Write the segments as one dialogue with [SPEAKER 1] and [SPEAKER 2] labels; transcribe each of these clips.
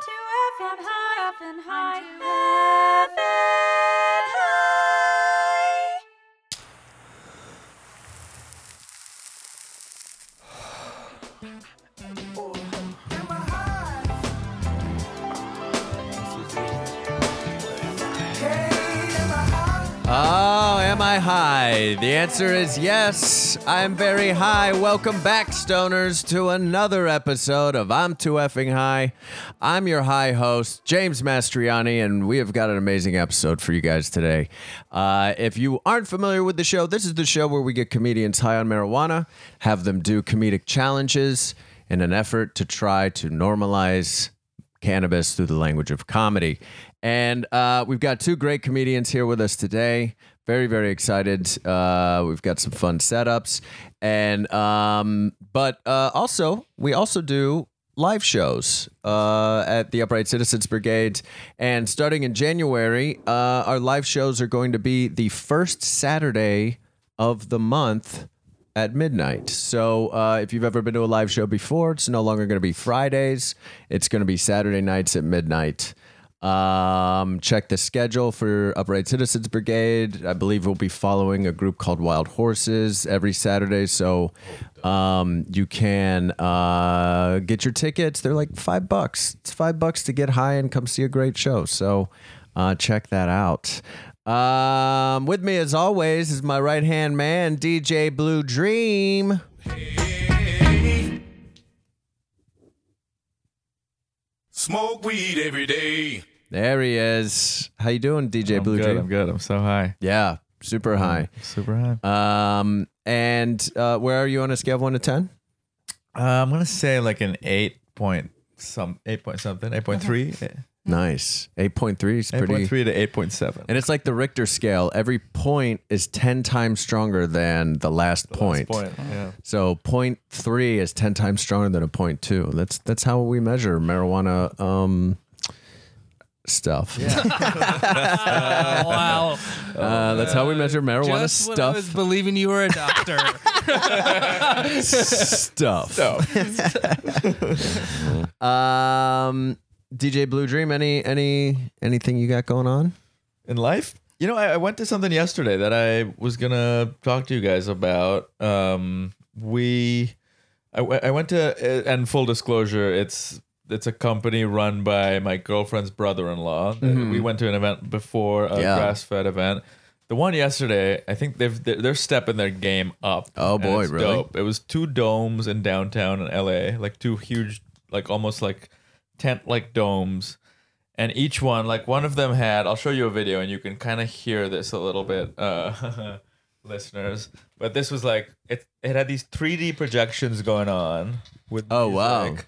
[SPEAKER 1] up high, up and high. Up and high.
[SPEAKER 2] Oh, am I high? The answer is yes. I'm very high. Welcome back, stoners, to another episode of I'm Too Effing High. I'm your high host, James Mastriani, and we have got an amazing episode for you guys today. Uh, if you aren't familiar with the show, this is the show where we get comedians high on marijuana, have them do comedic challenges in an effort to try to normalize cannabis through the language of comedy. And uh, we've got two great comedians here with us today. Very, very excited. Uh, we've got some fun setups, and um, but uh, also we also do live shows uh, at the Upright Citizens Brigade. And starting in January, uh, our live shows are going to be the first Saturday of the month at midnight. So uh, if you've ever been to a live show before, it's no longer going to be Fridays. It's going to be Saturday nights at midnight. Um, check the schedule for Upright Citizens Brigade. I believe we'll be following a group called Wild Horses every Saturday. So um, you can uh, get your tickets. They're like five bucks. It's five bucks to get high and come see a great show. So uh, check that out. Um, with me as always is my right hand man, DJ Blue Dream.
[SPEAKER 3] Smoke weed every day.
[SPEAKER 2] There he is. How you doing, DJ
[SPEAKER 4] I'm
[SPEAKER 2] Blue
[SPEAKER 4] good. Mm-hmm.
[SPEAKER 2] Dream?
[SPEAKER 4] I'm good. I'm so high.
[SPEAKER 2] Yeah, super high.
[SPEAKER 4] Super high.
[SPEAKER 2] Um, and uh, where are you on a scale of one to ten?
[SPEAKER 4] Uh, I'm gonna say like an eight point some, eight point something, eight point three, eight
[SPEAKER 2] Nice. Eight point three is pretty.
[SPEAKER 4] point three to eight point seven.
[SPEAKER 2] And it's like the Richter scale. Every point is ten times stronger than the last point.
[SPEAKER 4] Point. Yeah.
[SPEAKER 2] So point three is ten times stronger than a point two. That's that's how we measure marijuana um, stuff.
[SPEAKER 5] Oh, wow.
[SPEAKER 2] Uh, that's how we measure marijuana
[SPEAKER 5] Just when I was
[SPEAKER 2] stuff.
[SPEAKER 5] believing you were a doctor.
[SPEAKER 2] Stuff. um, DJ Blue Dream, any any anything you got going on?
[SPEAKER 4] In life, you know, I, I went to something yesterday that I was gonna talk to you guys about. Um, we, I, w- I went to, uh, and full disclosure, it's it's a company run by my girlfriend's brother-in-law. Uh, We went to an event before a
[SPEAKER 2] Yeah.
[SPEAKER 4] grass-fed event. The one yesterday, I think they've they're, they're stepping their game up.
[SPEAKER 2] Oh,
[SPEAKER 4] and
[SPEAKER 2] boy,
[SPEAKER 4] it's
[SPEAKER 2] really?
[SPEAKER 4] Dope. It was two domes in downtown in LA, like two huge, like almost like tent-like domes, and each one, like one of them had. I'll show you a video, and you can kind of hear this a little bit. Uh, listeners but this was like it, it had these 3d projections going on with
[SPEAKER 2] Oh,
[SPEAKER 4] these,
[SPEAKER 2] wow.
[SPEAKER 4] like,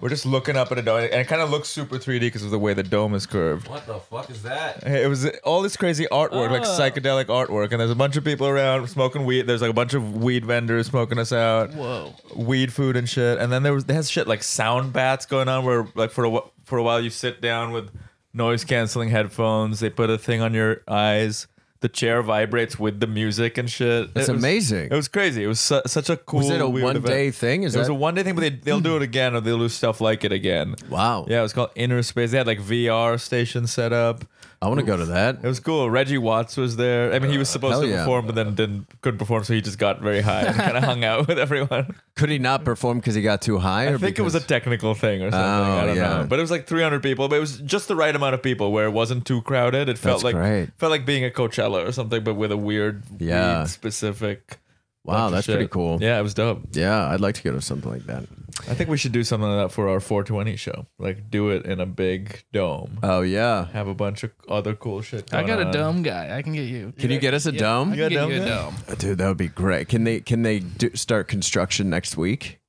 [SPEAKER 4] we're just looking up at a dome and it kind of looks super 3d because of the way the dome is curved
[SPEAKER 3] What the fuck is that?
[SPEAKER 4] it was all this crazy artwork like psychedelic artwork and there's a bunch of people around smoking weed there's like a bunch of weed vendors smoking us out
[SPEAKER 5] Whoa.
[SPEAKER 4] weed food and shit. And then there was they had shit like sound baths going on where like for a wh- for a while you sit down with noise canceling headphones. They put a thing on your eyes. The chair vibrates with the music and shit.
[SPEAKER 2] That's
[SPEAKER 4] It was-
[SPEAKER 2] amazing.
[SPEAKER 4] It was crazy. It was su- such a cool.
[SPEAKER 2] Was it a
[SPEAKER 4] weird
[SPEAKER 2] one
[SPEAKER 4] event.
[SPEAKER 2] day thing? Is
[SPEAKER 4] it was
[SPEAKER 2] that Hmm.
[SPEAKER 4] a one day thing, but they, they'll do it again or they'll do stuff like it again.
[SPEAKER 2] wow?
[SPEAKER 4] Yeah, it was called Inner Space. They had like VR stations set up.
[SPEAKER 2] I want to go to that.
[SPEAKER 4] It was cool. Reggie Watts was there. I mean, he was supposed
[SPEAKER 2] Uh, hell
[SPEAKER 4] to
[SPEAKER 2] yeah.
[SPEAKER 4] perform, but then didn't couldn't perform, so he just got very high and kind of hung out with everyone.
[SPEAKER 2] Could he not perform because he got too high?
[SPEAKER 4] I think it was a technical thing or something.
[SPEAKER 2] Oh,
[SPEAKER 4] I don't
[SPEAKER 2] yeah.
[SPEAKER 4] know. But it was like 300 people, but it was just the right amount of people where it wasn't too crowded. It felt
[SPEAKER 2] That's
[SPEAKER 4] like
[SPEAKER 2] great.
[SPEAKER 4] felt like being a Coachella or something, but with a weird,
[SPEAKER 2] Yeah.
[SPEAKER 4] weed specific. bunch
[SPEAKER 2] wow,
[SPEAKER 4] of
[SPEAKER 2] that's pretty
[SPEAKER 4] shit.
[SPEAKER 2] cool.
[SPEAKER 4] Yeah, it was dope.
[SPEAKER 2] yeah, I'd like to go to something like that.
[SPEAKER 4] I think we should do something like that for our 420 show. Like do it in a big dome.
[SPEAKER 2] Oh yeah,
[SPEAKER 4] Have a bunch of other cool shit.
[SPEAKER 5] I
[SPEAKER 4] going
[SPEAKER 5] got a
[SPEAKER 4] on.
[SPEAKER 5] dome guy. I can get you.
[SPEAKER 2] Can you get us a
[SPEAKER 5] Yeah,
[SPEAKER 2] dome?
[SPEAKER 5] I can
[SPEAKER 4] You got
[SPEAKER 5] get you
[SPEAKER 4] a
[SPEAKER 5] a
[SPEAKER 4] dome
[SPEAKER 5] dome.
[SPEAKER 2] dude, that would be great. Can they can they do, start construction next week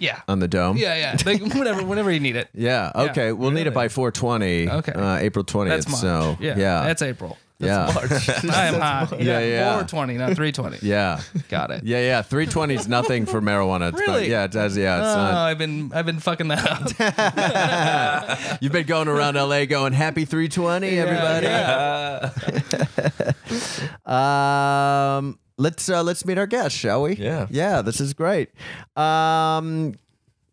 [SPEAKER 5] Yeah.
[SPEAKER 2] on the dome?
[SPEAKER 5] Yeah, yeah. Like whenever whenever you need it.
[SPEAKER 2] Yeah.
[SPEAKER 5] Yeah,
[SPEAKER 2] Okay. we'll need it by 420.
[SPEAKER 5] Okay.
[SPEAKER 2] Uh, April 20th.
[SPEAKER 5] That's March.
[SPEAKER 2] So
[SPEAKER 5] yeah.
[SPEAKER 2] yeah.
[SPEAKER 5] That's April.
[SPEAKER 2] yeah.
[SPEAKER 5] I am high.
[SPEAKER 2] Yeah, yeah.
[SPEAKER 5] 420, not 320.
[SPEAKER 2] Yeah.
[SPEAKER 5] Got it.
[SPEAKER 2] Yeah. Yeah. 320 is nothing for marijuana. It's
[SPEAKER 5] Really?
[SPEAKER 2] yeah. It does. Yeah. It's
[SPEAKER 5] Oh,
[SPEAKER 2] not.
[SPEAKER 5] I've been I've been fucking that up.
[SPEAKER 2] You've been going around LA going happy 320, everybody.
[SPEAKER 4] Yeah.
[SPEAKER 2] Um, let's uh, let's meet our guest, shall we?
[SPEAKER 4] Yeah.
[SPEAKER 2] Yeah. This is great. Um,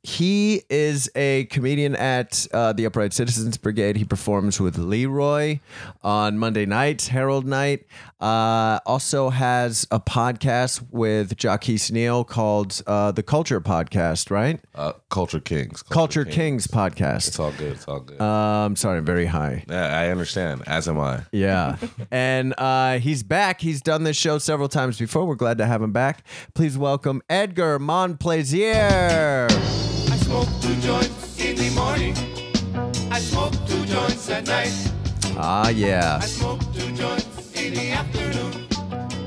[SPEAKER 2] he is a comedian at uh, the Upright Citizens Brigade. He performs with Leroy on Monday nights, Herald Night. Uh, also has a podcast with Jackie's Neal called uh, the Culture Podcast, right?
[SPEAKER 3] Uh, Culture Kings.
[SPEAKER 2] Culture Kings,
[SPEAKER 3] It's
[SPEAKER 2] podcast.
[SPEAKER 3] all good. It's all good.
[SPEAKER 2] Um, sorry, I'm very high.
[SPEAKER 3] yeah, I understand. As am I.
[SPEAKER 2] Yeah. and uh, he's back. He's done this show several times before. We're glad to have him back. Please welcome Edgar Monplaisir.
[SPEAKER 6] I smoke two joints in the morning. I smoke two joints at night.
[SPEAKER 2] Ah, yeah.
[SPEAKER 6] I smoke two joints in the afternoon.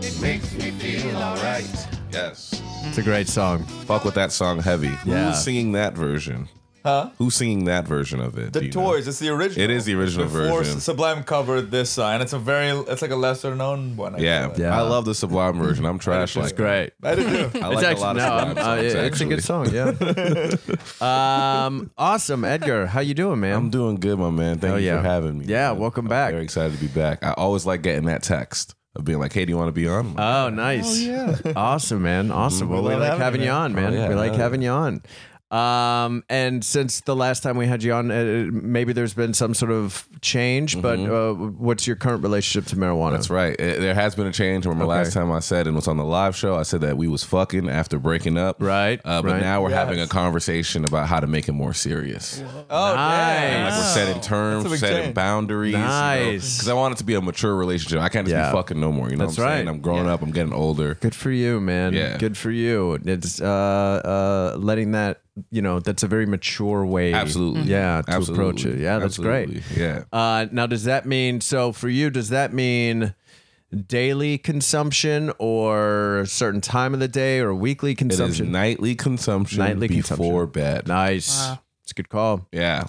[SPEAKER 6] It makes me feel alright.
[SPEAKER 3] Yes.
[SPEAKER 2] It's a great song.
[SPEAKER 3] Fuck with that song heavy.
[SPEAKER 2] Yeah.
[SPEAKER 3] Who's singing that version?
[SPEAKER 4] Huh?
[SPEAKER 3] Who's singing that version of it? do
[SPEAKER 4] The
[SPEAKER 3] you know?
[SPEAKER 4] Toys. It's the original.
[SPEAKER 3] It is the original
[SPEAKER 4] Before
[SPEAKER 3] version.
[SPEAKER 4] Sublime covered this song, and it's a very, it's like a lesser known one. I
[SPEAKER 3] Yeah.
[SPEAKER 4] feel like.
[SPEAKER 2] Yeah.
[SPEAKER 3] I love the Sublime version. I'm trash like that.
[SPEAKER 2] Great.
[SPEAKER 4] I did
[SPEAKER 3] I
[SPEAKER 4] too.
[SPEAKER 3] like a lot of Sublime
[SPEAKER 2] I'm- uh,
[SPEAKER 3] songs,
[SPEAKER 2] yeah, it's a
[SPEAKER 3] actually.
[SPEAKER 2] good song. Yeah. um, awesome, Edgar. How you doing, man?
[SPEAKER 3] I'm doing good, my man. Thank
[SPEAKER 2] Oh,
[SPEAKER 3] you
[SPEAKER 2] yeah.
[SPEAKER 3] for having me.
[SPEAKER 2] Yeah,
[SPEAKER 3] man.
[SPEAKER 2] welcome
[SPEAKER 3] I'm
[SPEAKER 2] back.
[SPEAKER 3] Very excited to be back. I always like getting that text of being like, "Hey, do you want to be on?" I'm like,
[SPEAKER 2] Oh, nice. awesome, man. Awesome. Well, we
[SPEAKER 4] love
[SPEAKER 2] like having
[SPEAKER 4] having you,
[SPEAKER 2] you on, man.
[SPEAKER 3] Oh, yeah,
[SPEAKER 2] we like
[SPEAKER 3] hell
[SPEAKER 2] having you on. Um, and since the last time we had you on, uh, maybe there's been some sort of change, but uh,
[SPEAKER 3] Mm-hmm.
[SPEAKER 2] what's your current relationship to marijuana?
[SPEAKER 3] That's right. It- there has been a change. Remember last time I said and was on the live show, I said that we was fucking after breaking up.
[SPEAKER 2] Right,
[SPEAKER 3] Uh, but
[SPEAKER 2] right.
[SPEAKER 3] now we're having a conversation about how to make it more serious.
[SPEAKER 4] Oh,
[SPEAKER 2] Nice.
[SPEAKER 4] yeah.
[SPEAKER 3] Like we're setting
[SPEAKER 4] That's a
[SPEAKER 3] terms,
[SPEAKER 4] big
[SPEAKER 3] setting
[SPEAKER 4] change.
[SPEAKER 3] boundaries.
[SPEAKER 2] Nice.
[SPEAKER 3] Because I want it to be a mature relationship. I can't just
[SPEAKER 2] Yeah.
[SPEAKER 3] be fucking no more. You know
[SPEAKER 2] That's
[SPEAKER 3] what I'm
[SPEAKER 2] right.
[SPEAKER 3] saying? I'm growing up. I'm getting older.
[SPEAKER 2] Good for you, man.
[SPEAKER 3] Yeah.
[SPEAKER 2] Good for you. It's uh, uh, letting that, you know, that's a very mature way.
[SPEAKER 3] Absolutely.
[SPEAKER 2] Yeah, to
[SPEAKER 3] Absolutely.
[SPEAKER 2] approach it. Yeah, that's
[SPEAKER 3] Absolutely.
[SPEAKER 2] great.
[SPEAKER 3] Yeah.
[SPEAKER 2] Uh, now, does that mean, so for you, does that mean daily consumption or a certain time of the day or weekly
[SPEAKER 3] It is
[SPEAKER 2] consumption?
[SPEAKER 3] nightly consumption
[SPEAKER 2] Nightly consumption.
[SPEAKER 3] before bed.
[SPEAKER 2] nice. It's a good call.
[SPEAKER 3] Yeah.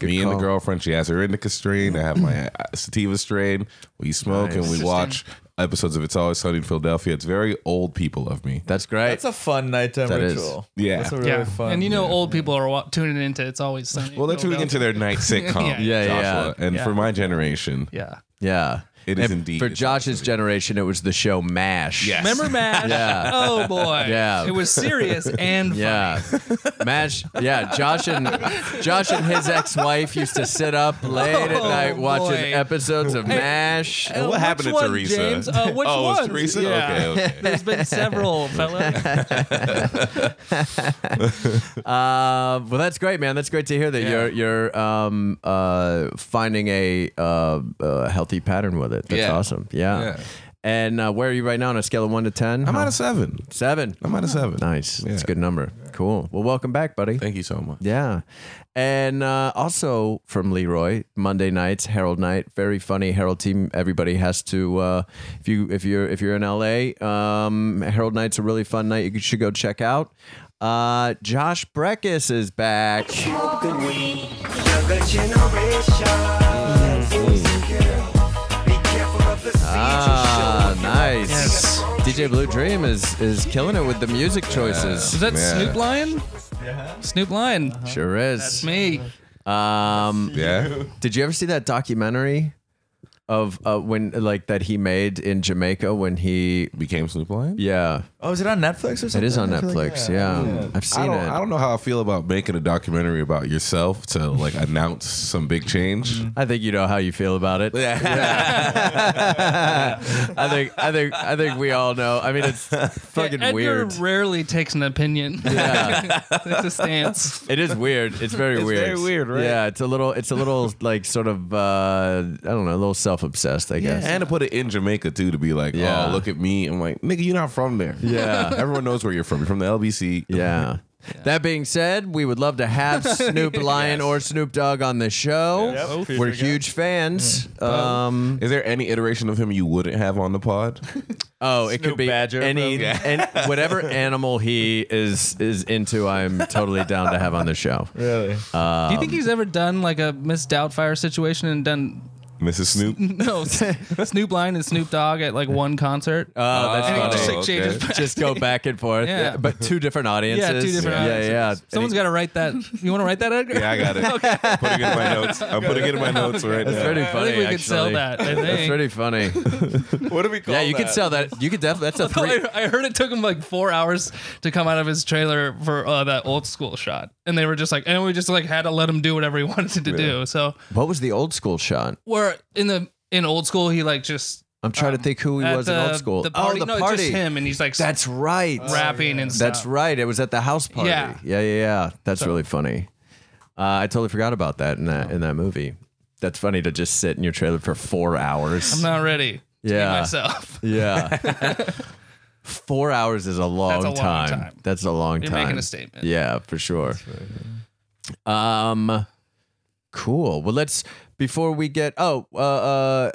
[SPEAKER 2] good
[SPEAKER 3] Me and
[SPEAKER 2] call.
[SPEAKER 3] the girlfriend, she has her indica strain. I have my uh, sativa strain. We smoke and we watch episodes of It's Always Sunny in Philadelphia. It's very old people of me.
[SPEAKER 2] That's great.
[SPEAKER 4] That's a fun nighttime
[SPEAKER 2] That is.
[SPEAKER 4] ritual.
[SPEAKER 3] Yeah.
[SPEAKER 4] That's a really
[SPEAKER 5] yeah.
[SPEAKER 4] fun.
[SPEAKER 5] and you know, old people are wa- tuning into It's Always Sunny.
[SPEAKER 3] well, they're tuning into their night sitcom.
[SPEAKER 5] Yeah,
[SPEAKER 2] yeah,
[SPEAKER 3] Joshua. And for my generation,
[SPEAKER 5] Yeah.
[SPEAKER 2] yeah.
[SPEAKER 3] It is
[SPEAKER 2] And
[SPEAKER 3] indeed.
[SPEAKER 2] For
[SPEAKER 3] It's
[SPEAKER 2] Josh's generation, it was the show MASH.
[SPEAKER 3] Yes.
[SPEAKER 5] Remember MASH?
[SPEAKER 2] Yeah.
[SPEAKER 5] Oh boy.
[SPEAKER 2] Yeah.
[SPEAKER 5] It was serious and
[SPEAKER 2] Yeah, Mash. Yeah, Josh and Josh and his ex-wife used to sit up late at
[SPEAKER 5] Oh,
[SPEAKER 2] night watching
[SPEAKER 5] boy.
[SPEAKER 2] episodes of Mash.
[SPEAKER 5] funny. Uh,
[SPEAKER 3] what
[SPEAKER 5] which
[SPEAKER 3] happened to
[SPEAKER 5] one,
[SPEAKER 3] Teresa?
[SPEAKER 5] James? Uh, which
[SPEAKER 3] Oh, it was
[SPEAKER 5] ones?
[SPEAKER 3] Teresa?
[SPEAKER 5] Yeah.
[SPEAKER 3] Okay, okay.
[SPEAKER 5] There's been several, fella.
[SPEAKER 2] Uh, well, that's great, man. That's great to hear that you're you're um, uh, finding a uh, uh, healthy pattern with it. That's
[SPEAKER 3] Yeah.
[SPEAKER 2] awesome. Yeah.
[SPEAKER 3] Yeah.
[SPEAKER 2] And uh, where are you right now on a scale of one to ten?
[SPEAKER 3] I'm
[SPEAKER 2] How-
[SPEAKER 3] out of seven.
[SPEAKER 2] seven.
[SPEAKER 3] I'm out of seven.
[SPEAKER 2] Nice. It's That's
[SPEAKER 3] Yeah.
[SPEAKER 2] a good number. Cool. Well, welcome back, buddy.
[SPEAKER 3] Thank you so much.
[SPEAKER 2] Yeah. And uh, also from Leroy, Monday nights, Herald night, very funny Herald team. Everybody has to uh, if you if you're if you're in LA, um, Herald night's a really fun night. You should go check out. Uh, Josh Breckus is back.
[SPEAKER 7] Smoking weed, younger generation. Be careful of the seeds
[SPEAKER 2] Ah, nice.
[SPEAKER 5] Yes.
[SPEAKER 2] DJ Blue Dream is is killing it with the music choices.
[SPEAKER 5] Is that
[SPEAKER 3] Yeah.
[SPEAKER 5] Snoop Lion? Yeah. Snoop Lion.
[SPEAKER 2] Sure
[SPEAKER 5] It's
[SPEAKER 2] is.
[SPEAKER 5] me.
[SPEAKER 2] Um,
[SPEAKER 3] Yeah.
[SPEAKER 2] Did you ever see that documentary of uh, when like that he made in Jamaica when he
[SPEAKER 3] Became Snoop Lion?
[SPEAKER 2] yeah
[SPEAKER 4] Oh, is it on Netflix or something?
[SPEAKER 2] It is on
[SPEAKER 4] I feel like,
[SPEAKER 2] Netflix. yeah. I've seen
[SPEAKER 3] I don't,
[SPEAKER 2] it.
[SPEAKER 3] I
[SPEAKER 2] I,
[SPEAKER 3] don't know how I feel about making a documentary about yourself to like announce some big change.
[SPEAKER 2] think you know how you feel about it. I think I think I think we all know. I mean, it's fucking
[SPEAKER 5] Edgar
[SPEAKER 2] weird.
[SPEAKER 5] rarely takes an opinion. Yeah. Takes a stance.
[SPEAKER 2] It is weird. It's very
[SPEAKER 4] It's
[SPEAKER 2] weird.
[SPEAKER 4] very weird, right?
[SPEAKER 2] Yeah, it's a little. It's a little like sort of. Uh, I don't know. A little self-obsessed, I guess.
[SPEAKER 3] And to put it in Jamaica too, to be like,
[SPEAKER 2] Yeah.
[SPEAKER 3] oh, look at me. I'm like, nigga, you're not from there.
[SPEAKER 2] Yeah.
[SPEAKER 3] Everyone knows where you're from. You're from the LBC.
[SPEAKER 2] Yeah. That being said, we would love to have Snoop Lion or Snoop Dogg on the show.
[SPEAKER 4] Yep. Future
[SPEAKER 2] We're
[SPEAKER 4] guest.
[SPEAKER 2] huge fans.
[SPEAKER 5] Mm.
[SPEAKER 2] Um,
[SPEAKER 3] Is there any iteration of him you wouldn't have on the pod?
[SPEAKER 2] oh, it could
[SPEAKER 4] Snoop
[SPEAKER 2] be
[SPEAKER 4] Badger,
[SPEAKER 2] any
[SPEAKER 4] bro.
[SPEAKER 2] and whatever animal he is is into. I'm totally down to
[SPEAKER 5] Oh,
[SPEAKER 2] have on the show.
[SPEAKER 4] Really?
[SPEAKER 2] Um,
[SPEAKER 5] Do you think he's ever done like a Miss Doubtfire situation and done
[SPEAKER 3] Mrs. Snoop.
[SPEAKER 5] No, S- Snoop Lion and Snoop Dogg at like one concert.
[SPEAKER 2] Oh, that's
[SPEAKER 5] and he
[SPEAKER 2] funny.
[SPEAKER 5] just like
[SPEAKER 3] okay.
[SPEAKER 5] changes. back.
[SPEAKER 2] Just go back and forth.
[SPEAKER 5] Yeah.
[SPEAKER 2] Yeah, but two different audiences.
[SPEAKER 5] Yeah, two different.
[SPEAKER 2] Yeah,
[SPEAKER 5] audiences.
[SPEAKER 2] yeah.
[SPEAKER 5] Someone's got to write that. You want to write that, Edgar?
[SPEAKER 3] Yeah, I got it. I'm putting it in my notes. I'm putting it in my notes right
[SPEAKER 2] That's pretty
[SPEAKER 3] now.
[SPEAKER 2] funny.
[SPEAKER 5] I think we could sell
[SPEAKER 2] actually.
[SPEAKER 5] that. I
[SPEAKER 2] That's
[SPEAKER 5] think.
[SPEAKER 2] pretty funny.
[SPEAKER 3] What do we call
[SPEAKER 2] yeah, you could sell that. You could definitely. That's a three.
[SPEAKER 5] I I heard it took him like four hours to come out of his trailer for uh, that old school shot, and they were just like, and we just like had to let him do whatever he wanted to do. So
[SPEAKER 2] What was the old school shot?
[SPEAKER 5] we're in the in old school. He like just
[SPEAKER 2] I'm trying to think who he
[SPEAKER 5] Um, at
[SPEAKER 2] was
[SPEAKER 5] the,
[SPEAKER 2] in old school.
[SPEAKER 5] The party,
[SPEAKER 2] oh, the
[SPEAKER 5] no,
[SPEAKER 2] party.
[SPEAKER 5] just him, and he's like
[SPEAKER 2] That's right.
[SPEAKER 5] rapping and stuff.
[SPEAKER 2] That's right. It was at the house party.
[SPEAKER 5] Yeah.
[SPEAKER 2] yeah, yeah. yeah. That's really funny. Uh, I totally forgot about that in that in that movie. That's funny to just sit in your trailer for four hours.
[SPEAKER 5] I'm not ready. To be
[SPEAKER 2] Yeah.
[SPEAKER 5] myself.
[SPEAKER 2] yeah. Four hours is a long,
[SPEAKER 5] a long
[SPEAKER 2] time.
[SPEAKER 5] time.
[SPEAKER 2] That's a long
[SPEAKER 5] You're
[SPEAKER 2] time.
[SPEAKER 5] making a statement.
[SPEAKER 2] Yeah, for sure. Um, cool. Well, let's before we get. Oh, uh,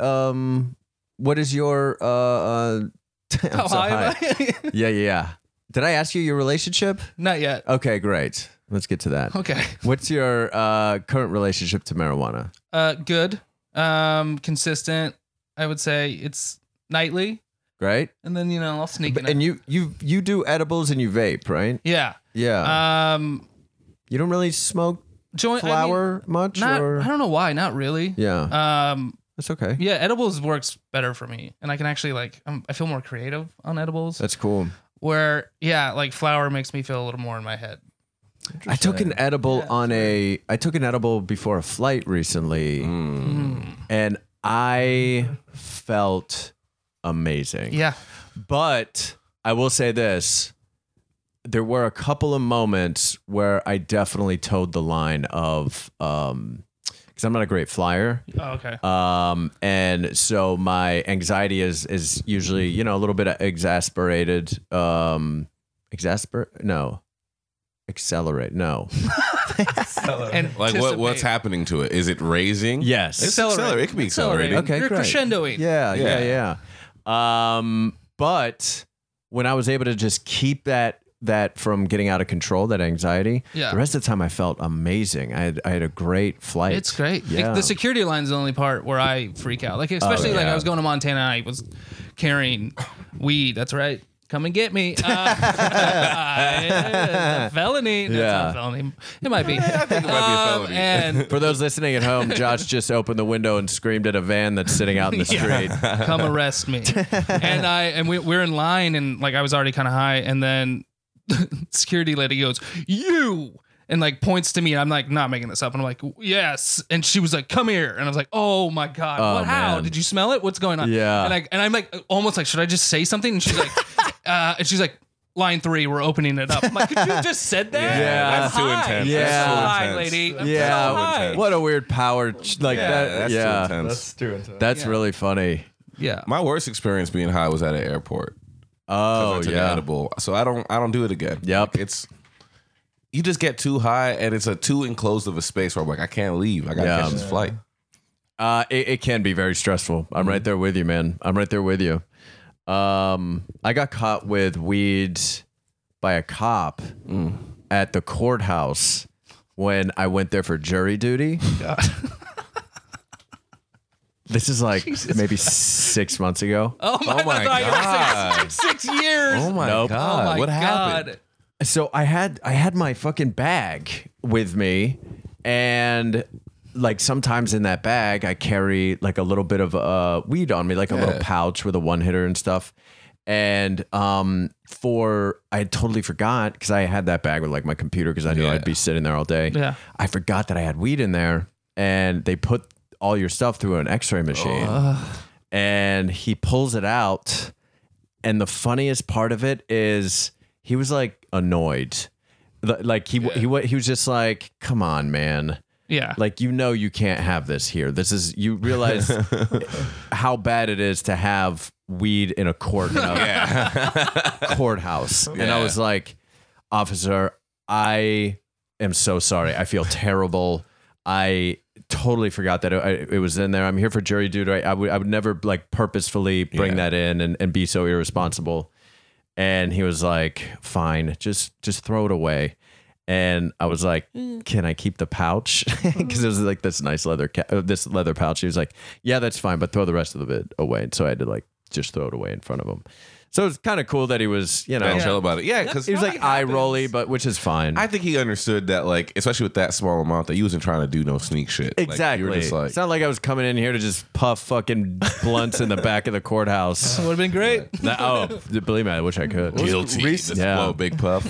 [SPEAKER 2] uh um, what is your uh? uh I'm
[SPEAKER 5] How
[SPEAKER 2] so
[SPEAKER 5] high am
[SPEAKER 2] high.
[SPEAKER 5] Oh, I?
[SPEAKER 2] Yeah, yeah, yeah. Did I ask you your relationship?
[SPEAKER 5] Not yet.
[SPEAKER 2] Okay, great. Let's get to that.
[SPEAKER 5] Okay.
[SPEAKER 2] What's your uh, current relationship to marijuana?
[SPEAKER 5] Uh, good. Um, consistent. I would say it's nightly,
[SPEAKER 2] Great.
[SPEAKER 5] and then you know I'll sneak in.
[SPEAKER 2] And you you you do edibles and you vape, right?
[SPEAKER 5] yeah.
[SPEAKER 2] Yeah.
[SPEAKER 5] Um,
[SPEAKER 2] you don't really smoke
[SPEAKER 5] joint I mean,
[SPEAKER 2] flower much,
[SPEAKER 5] not.
[SPEAKER 2] or
[SPEAKER 5] I don't know why. Not really.
[SPEAKER 2] yeah,
[SPEAKER 5] Um.
[SPEAKER 2] that's okay.
[SPEAKER 5] Yeah. Edibles works better for me, and I can actually like I'm, I feel more creative on edibles.
[SPEAKER 2] That's cool.
[SPEAKER 5] where yeah, like flour makes me feel a little more in my head.
[SPEAKER 2] I took an edible on a I took an edible before a flight recently and I felt amazing.
[SPEAKER 5] Yeah.
[SPEAKER 2] But I will say this. There were a couple of moments where I definitely towed the line of um because I'm not a great flyer.
[SPEAKER 5] Oh, okay.
[SPEAKER 2] Um, and so my anxiety is is usually you know a little bit exasperated. Um, exasperate? No, accelerate? No.
[SPEAKER 5] and
[SPEAKER 3] Like what? What's
[SPEAKER 5] anticipate.
[SPEAKER 3] happening to it? Is it raising?
[SPEAKER 2] Yes.
[SPEAKER 3] It's accelerate. It can be accelerating.
[SPEAKER 2] Okay,
[SPEAKER 5] You're
[SPEAKER 2] great.
[SPEAKER 5] crescendoing.
[SPEAKER 2] Yeah, yeah, yeah.
[SPEAKER 3] Yeah.
[SPEAKER 2] Um, but when I was able to just keep that that from getting out of control, that anxiety,
[SPEAKER 5] Yeah.
[SPEAKER 2] the rest of the time I felt amazing. I had I had a great flight.
[SPEAKER 5] It's great. Like,
[SPEAKER 2] Yeah.
[SPEAKER 5] the security line is the only part where I freak out.
[SPEAKER 3] Oh,
[SPEAKER 5] Like especially like I was going to Montana, I was carrying weed. That's right. Come and get me. Uh, I- felony. That's
[SPEAKER 2] Yeah.
[SPEAKER 5] not a felony. It might be.
[SPEAKER 3] It might be a
[SPEAKER 5] Um,
[SPEAKER 3] felony.
[SPEAKER 5] and
[SPEAKER 2] For those listening at home, Josh just opened the window and screamed at a van that's sitting out in the street.
[SPEAKER 5] come arrest me. and I and we, we're in line, and like I was already kind of high, and then security lady goes, "You." And like points to me, and I'm like not making this up. And I'm like, yes. And she was like, come here. And I was like, oh my god,
[SPEAKER 2] Oh,
[SPEAKER 5] what? How
[SPEAKER 2] man.
[SPEAKER 5] did you smell it? What's going on?
[SPEAKER 2] Yeah.
[SPEAKER 5] And I and I'm like almost like, should I just say something? And she's like, uh, and she's like, line three, we're opening it up. I'm like, could you have just said that?
[SPEAKER 2] Yeah.
[SPEAKER 3] That's too
[SPEAKER 5] Hi.
[SPEAKER 3] intense.
[SPEAKER 2] Yeah.
[SPEAKER 3] That's
[SPEAKER 5] I'm
[SPEAKER 3] too
[SPEAKER 5] high,
[SPEAKER 3] intense.
[SPEAKER 5] lady. I'm
[SPEAKER 2] Yeah.
[SPEAKER 5] so high.
[SPEAKER 3] intense.
[SPEAKER 2] What a weird power ch- like
[SPEAKER 3] Yeah,
[SPEAKER 2] that.
[SPEAKER 3] that's too
[SPEAKER 2] yeah.
[SPEAKER 3] intense.
[SPEAKER 4] That's too intense.
[SPEAKER 2] that's really funny.
[SPEAKER 5] Yeah.
[SPEAKER 3] My worst experience being high was at an airport. 'cause I
[SPEAKER 2] Oh
[SPEAKER 3] took an
[SPEAKER 2] yeah.
[SPEAKER 3] edible. So I don't I don't do it again.
[SPEAKER 2] Yep.
[SPEAKER 3] Like, it's you just get too high and it's a too enclosed of a space where I'm like, I can't leave. I gotta
[SPEAKER 2] Yeah.
[SPEAKER 3] catch this flight.
[SPEAKER 2] Uh, it, it can be very stressful. I'm right there with you, man. I'm right there with you. Um, I got caught with weed by a cop at the courthouse when I went there for jury duty. this is like maybe six months ago.
[SPEAKER 5] Oh my,
[SPEAKER 3] my
[SPEAKER 5] I thought you were
[SPEAKER 3] God.
[SPEAKER 5] six, six years.
[SPEAKER 3] Oh my
[SPEAKER 2] Nope.
[SPEAKER 3] god.
[SPEAKER 5] Oh my
[SPEAKER 3] what happened?
[SPEAKER 5] God.
[SPEAKER 2] so I had I had my fucking bag with me, and like sometimes in that bag I carry like a little bit of uh weed on me, like a little pouch with a one hitter and stuff. And um, for I had totally forgot because I had that bag with like my computer because I knew
[SPEAKER 3] Yeah.
[SPEAKER 2] I'd be sitting there all day.
[SPEAKER 5] Yeah.
[SPEAKER 2] I forgot that I had weed in there, and they put all your stuff through an X-ray machine, and he pulls it out. And the funniest part of it is he was like annoyed. The- Like he he wa- he was just like, "Come on, man.
[SPEAKER 5] Yeah.
[SPEAKER 2] Like you know you can't have this here. This is you realize how bad it is to have weed in a court courthouse." And I
[SPEAKER 3] Yeah.
[SPEAKER 2] was like, "Officer, I am so sorry. I feel terrible. I totally forgot that it, I- it was in there. I'm here for jury duty. I, I would I would never like purposefully bring
[SPEAKER 3] Yeah.
[SPEAKER 2] that in and, and be so irresponsible." and he was like fine just just throw it away and I was like, "Can I keep the pouch?" Because it was like this nice leather ca- uh, this leather pouch. He was like, "Yeah, that's fine, but throw the rest of the bit away." And so I had to like just throw it away in front of him. So it's kind of cool that he was, you know,
[SPEAKER 3] Bad chill about it. Yeah, because
[SPEAKER 2] he was like eye rolly, but which is fine.
[SPEAKER 3] I think he understood that, like, especially with that small amount, that you wasn't trying to do no sneak shit. Like, you were
[SPEAKER 2] exactly.
[SPEAKER 3] just like-
[SPEAKER 2] it's not like I was coming in here to just puff fucking blunts in the back of the courthouse.
[SPEAKER 5] would have been great.
[SPEAKER 2] That- oh, believe me, I wish I could.
[SPEAKER 3] guilty. Just
[SPEAKER 2] Yeah.
[SPEAKER 3] blow a big puff.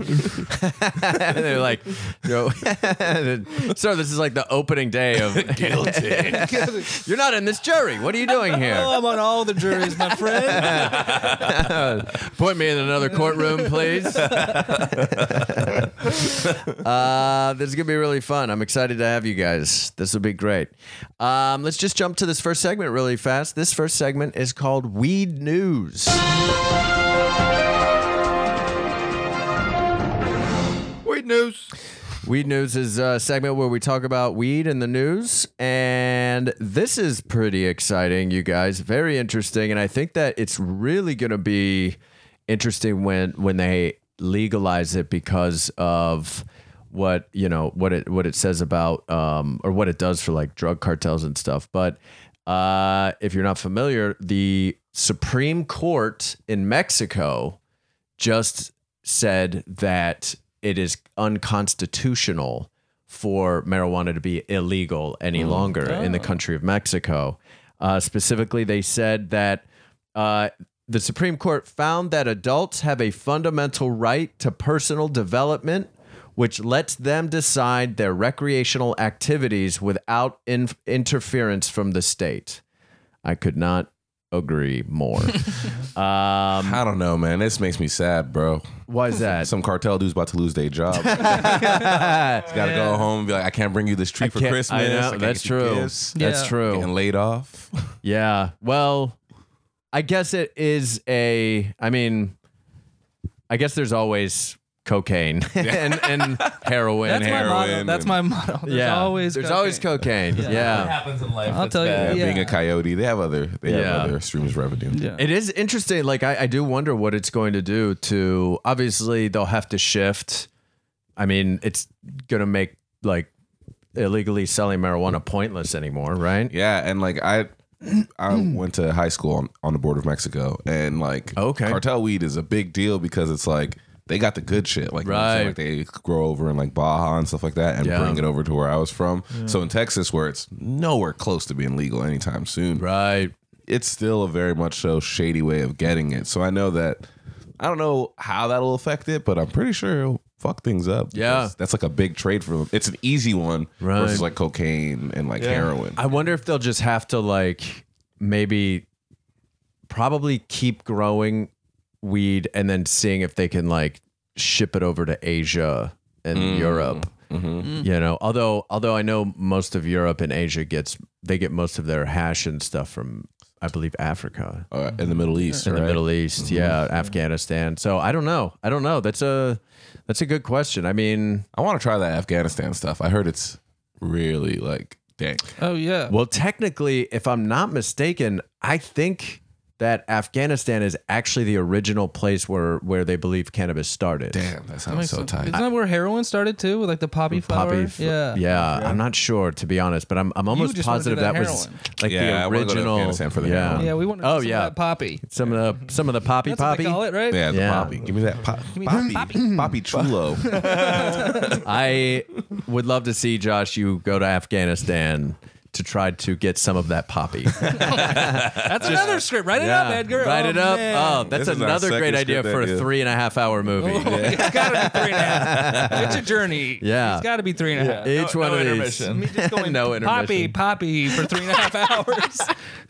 [SPEAKER 2] and they're like, yo, sir, this is like the opening day of
[SPEAKER 3] guilty.
[SPEAKER 2] You're not in this jury. What are you doing here?
[SPEAKER 5] I'm on all the juries, my friend.
[SPEAKER 2] Point me in another courtroom, please. uh, this is gonna be really fun. I'm excited to have you guys. This will be great. Um, let's just jump to this first segment really fast. This first segment is called Weed News.
[SPEAKER 4] Weed news.
[SPEAKER 2] Weed News is a segment where we talk about weed in the news. And this is pretty exciting, you guys. Very interesting. And I think that it's really going to be interesting when, when they legalize it because of what you know what it what it says about um or what it does for like drug cartels and stuff but uh if you're not familiar the supreme court in mexico just said that it is unconstitutional for marijuana to be illegal any longer in the country of Mexico. Uh, specifically, they said that uh, the Supreme Court found that adults have a fundamental right to personal development, which lets them decide their recreational activities without in- interference from the state. I could not agree more. um,
[SPEAKER 3] I don't know, man. This makes me sad, bro.
[SPEAKER 2] why is that?
[SPEAKER 3] Some cartel dude's about to lose their job. He's got to go home and be like, I can't bring you this tree for
[SPEAKER 2] can't-
[SPEAKER 3] Christmas.
[SPEAKER 2] I know,
[SPEAKER 3] can't
[SPEAKER 2] that's
[SPEAKER 3] get you
[SPEAKER 2] true.
[SPEAKER 3] gifts."
[SPEAKER 2] That's
[SPEAKER 5] Yeah.
[SPEAKER 2] true.
[SPEAKER 3] Getting laid off.
[SPEAKER 2] Yeah. Well, I guess it is a. I mean, I guess there's always cocaine and, and heroin.
[SPEAKER 5] That's my
[SPEAKER 3] heroin
[SPEAKER 5] motto. That's
[SPEAKER 3] and-
[SPEAKER 5] my motto. There's
[SPEAKER 2] yeah.
[SPEAKER 5] always
[SPEAKER 2] there's
[SPEAKER 5] cocaine.
[SPEAKER 2] always cocaine. Yeah.
[SPEAKER 4] What happens in life?
[SPEAKER 5] I'll
[SPEAKER 4] that's
[SPEAKER 5] tell you,
[SPEAKER 4] bad?
[SPEAKER 5] yeah.
[SPEAKER 3] Being a coyote, they have other they
[SPEAKER 2] Yeah.
[SPEAKER 3] have other streams of revenue.
[SPEAKER 5] Yeah.
[SPEAKER 2] It is interesting. Like I, I do wonder what it's going to do to. Obviously, they'll have to shift. I mean, it's gonna make like illegally selling marijuana pointless anymore, right?
[SPEAKER 3] Yeah, and like I I went to high school on, on the border of Mexico and like
[SPEAKER 2] Okay.
[SPEAKER 3] cartel weed is a big deal because it's like they got the good shit. Like, you know what I'm saying?
[SPEAKER 2] Right.
[SPEAKER 3] like, they grow over in like Baja and stuff like that and
[SPEAKER 2] Yeah.
[SPEAKER 3] bring it over to where I was from. So in Texas where it's nowhere close to being legal anytime soon,
[SPEAKER 2] Right.
[SPEAKER 3] it's still a very much so shady way of getting it. So I know that I don't know how that'll affect it, but I'm pretty sure it'll fuck things up.
[SPEAKER 2] Yeah.
[SPEAKER 3] because That's like a big trade for them. It's an easy one
[SPEAKER 2] Right.
[SPEAKER 3] versus like cocaine and like heroin.
[SPEAKER 2] I wonder if they'll just have to like maybe probably keep growing weed and then seeing if they can like ship it over to Asia and Europe. You know, although although I know most of Europe and Asia gets they get most of their hash and stuff from I believe Africa.
[SPEAKER 3] uh, in the Middle East.
[SPEAKER 2] In the
[SPEAKER 3] right?
[SPEAKER 2] Middle East, yeah, Afghanistan. So I don't know. I don't know. That's a that's a good question. I mean,
[SPEAKER 3] I want to try that Afghanistan stuff. I heard it's really like dank.
[SPEAKER 5] Oh yeah.
[SPEAKER 2] Well, technically, if I'm not mistaken, I think that Afghanistan is actually the original place where where they believe cannabis started.
[SPEAKER 3] Damn, that sounds so tight.
[SPEAKER 5] Isn't that where heroin started too? With like the poppy flower.
[SPEAKER 2] Poppy, f-
[SPEAKER 5] yeah.
[SPEAKER 2] yeah, I'm not sure to be honest, but I'm I'm almost
[SPEAKER 5] just wanna do
[SPEAKER 2] positive that,
[SPEAKER 5] that
[SPEAKER 2] was
[SPEAKER 5] heroin.
[SPEAKER 2] like
[SPEAKER 3] Yeah, I
[SPEAKER 2] the
[SPEAKER 3] wanna go to
[SPEAKER 2] original.
[SPEAKER 3] Afghanistan for the
[SPEAKER 2] yeah.
[SPEAKER 3] heroin.
[SPEAKER 5] Yeah. We want to.
[SPEAKER 2] Oh
[SPEAKER 5] some
[SPEAKER 2] yeah,
[SPEAKER 5] Of that poppy.
[SPEAKER 2] some of the some of the poppy
[SPEAKER 5] That's
[SPEAKER 2] poppy.
[SPEAKER 5] what they call it, right?
[SPEAKER 3] yeah, the
[SPEAKER 2] Yeah.
[SPEAKER 3] poppy. Give me that pop, poppy. Poppy, chulo.
[SPEAKER 2] I would love to see Josh. You go to Afghanistan to try to get some of that poppy.
[SPEAKER 5] That's another script. Write it up, Edgar.
[SPEAKER 2] Write
[SPEAKER 5] Oh,
[SPEAKER 2] it up.
[SPEAKER 5] man.
[SPEAKER 2] Oh, that's
[SPEAKER 3] This is our
[SPEAKER 2] another
[SPEAKER 3] second
[SPEAKER 2] great idea
[SPEAKER 3] script
[SPEAKER 2] for a
[SPEAKER 3] idea.
[SPEAKER 2] three and a half hour movie.
[SPEAKER 5] It's gotta be three and a half. It's a journey.
[SPEAKER 2] Yeah.
[SPEAKER 5] It's gotta be three and a half.
[SPEAKER 2] Each
[SPEAKER 4] No-
[SPEAKER 2] one
[SPEAKER 4] no
[SPEAKER 2] of
[SPEAKER 4] intermission.
[SPEAKER 2] these. no intermission.
[SPEAKER 5] Poppy, poppy for three and a half hours.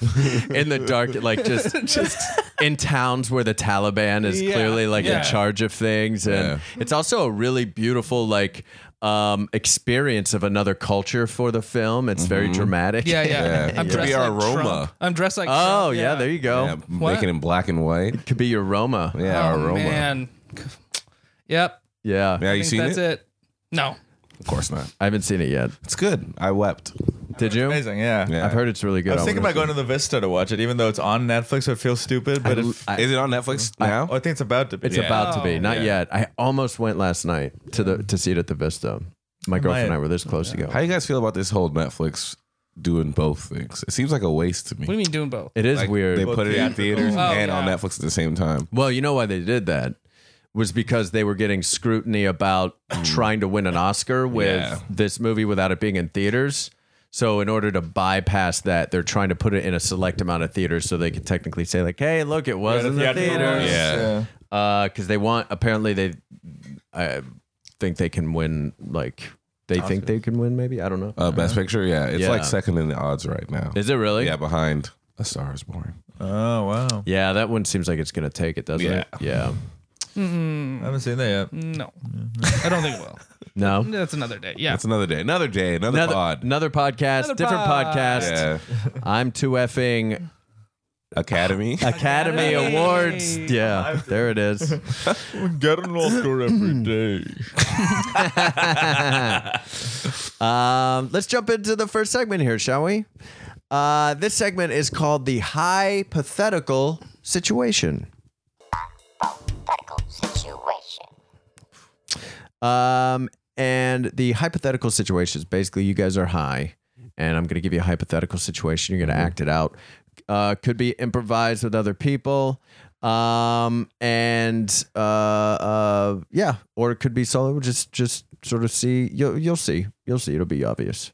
[SPEAKER 2] in the dark, like just just in towns where the Taliban is
[SPEAKER 5] Yeah.
[SPEAKER 2] clearly like
[SPEAKER 5] Yeah.
[SPEAKER 2] in charge of things, and
[SPEAKER 3] Yeah.
[SPEAKER 2] it's also a really beautiful like um experience of another culture for the film. It's very dramatic.
[SPEAKER 5] Yeah, yeah.
[SPEAKER 3] Yeah.
[SPEAKER 5] I'm
[SPEAKER 3] Could
[SPEAKER 5] dressed
[SPEAKER 3] be
[SPEAKER 5] like
[SPEAKER 3] our aroma.
[SPEAKER 5] Trump. I'm dressed like.
[SPEAKER 2] Oh
[SPEAKER 5] Trump,
[SPEAKER 2] yeah, there you go.
[SPEAKER 3] Yeah, making it in black and white.
[SPEAKER 2] Could be your Roma. Yeah.
[SPEAKER 3] Yeah,
[SPEAKER 5] Oh,
[SPEAKER 3] aroma.
[SPEAKER 5] man. Yep.
[SPEAKER 2] Yeah.
[SPEAKER 3] Yeah,
[SPEAKER 5] I
[SPEAKER 3] you
[SPEAKER 5] think
[SPEAKER 3] seen
[SPEAKER 5] that's it. No.
[SPEAKER 3] Of course not.
[SPEAKER 2] I haven't seen it yet.
[SPEAKER 3] It's good. I wept.
[SPEAKER 2] Did you?
[SPEAKER 4] Amazing, yeah.
[SPEAKER 3] Yeah.
[SPEAKER 2] I've heard it's really good.
[SPEAKER 4] I was thinking about
[SPEAKER 2] wanna
[SPEAKER 4] going to the Vista to watch it, even though it's on Netflix. So it feels stupid, but
[SPEAKER 2] see
[SPEAKER 4] if,
[SPEAKER 2] it. I-
[SPEAKER 3] Is it on Netflix now?
[SPEAKER 4] oh, I think it's about to be.
[SPEAKER 2] It's
[SPEAKER 4] Yeah.
[SPEAKER 2] about to
[SPEAKER 5] Oh,
[SPEAKER 2] be. Not
[SPEAKER 4] Yeah.
[SPEAKER 2] yet. I almost went last night to the to see it at the Vista. My girlfriend and I
[SPEAKER 4] might-
[SPEAKER 2] were this close to
[SPEAKER 3] How
[SPEAKER 2] go.
[SPEAKER 3] you guys feel about this whole Netflix doing both things? It seems like a waste to me.
[SPEAKER 5] What do you mean doing both?
[SPEAKER 2] It is
[SPEAKER 3] Like,
[SPEAKER 2] weird.
[SPEAKER 3] They put it in
[SPEAKER 4] theatrical.
[SPEAKER 3] theaters
[SPEAKER 5] Oh,
[SPEAKER 3] and on
[SPEAKER 5] yeah.
[SPEAKER 3] Netflix at the same time.
[SPEAKER 2] well, you know why they did that was because they were getting scrutiny about trying to win an Oscar with
[SPEAKER 3] Yeah.
[SPEAKER 2] this movie without it being in theaters. So in order to bypass that, they're trying to put it in a select amount of theaters so they could technically say like, "Hey, look, it was in the
[SPEAKER 4] theatrical
[SPEAKER 2] theaters."
[SPEAKER 4] release,
[SPEAKER 3] Yeah.
[SPEAKER 2] because they want apparently they I think they can win like they think they can win maybe I don't know
[SPEAKER 3] Uh, Best Picture, yeah, it's
[SPEAKER 2] Yeah.
[SPEAKER 3] like second in the odds right now.
[SPEAKER 2] is it really
[SPEAKER 3] yeah, behind A Star Is Born.
[SPEAKER 4] Oh wow,
[SPEAKER 2] yeah that one seems like it's gonna take it doesn't it yeah
[SPEAKER 4] I haven't seen that yet.
[SPEAKER 5] No,
[SPEAKER 2] Mm-hmm.
[SPEAKER 5] I don't think it will.
[SPEAKER 2] no
[SPEAKER 5] That's another day. Yeah.
[SPEAKER 3] That's another day, another day, another,
[SPEAKER 2] another
[SPEAKER 3] pod.
[SPEAKER 2] another podcast
[SPEAKER 5] Another
[SPEAKER 2] different
[SPEAKER 5] pod.
[SPEAKER 2] podcast
[SPEAKER 3] yeah,
[SPEAKER 2] I'm two effing
[SPEAKER 3] Academy.
[SPEAKER 2] Academy
[SPEAKER 5] Academy.
[SPEAKER 2] Awards yeah there it is
[SPEAKER 4] We get an Oscar every day.
[SPEAKER 2] Um, let's jump into the first segment here, shall we? Uh, this segment is called the hypothetical situation. Um, and the hypothetical situation is basically you guys are high, and I'm going to give you a hypothetical situation. You're going to act it out. Uh, could be improvised with other people. Um, and uh, uh, yeah, or it could be solo. Just, just sort of see. You'll, you'll see. You'll see. It'll be obvious.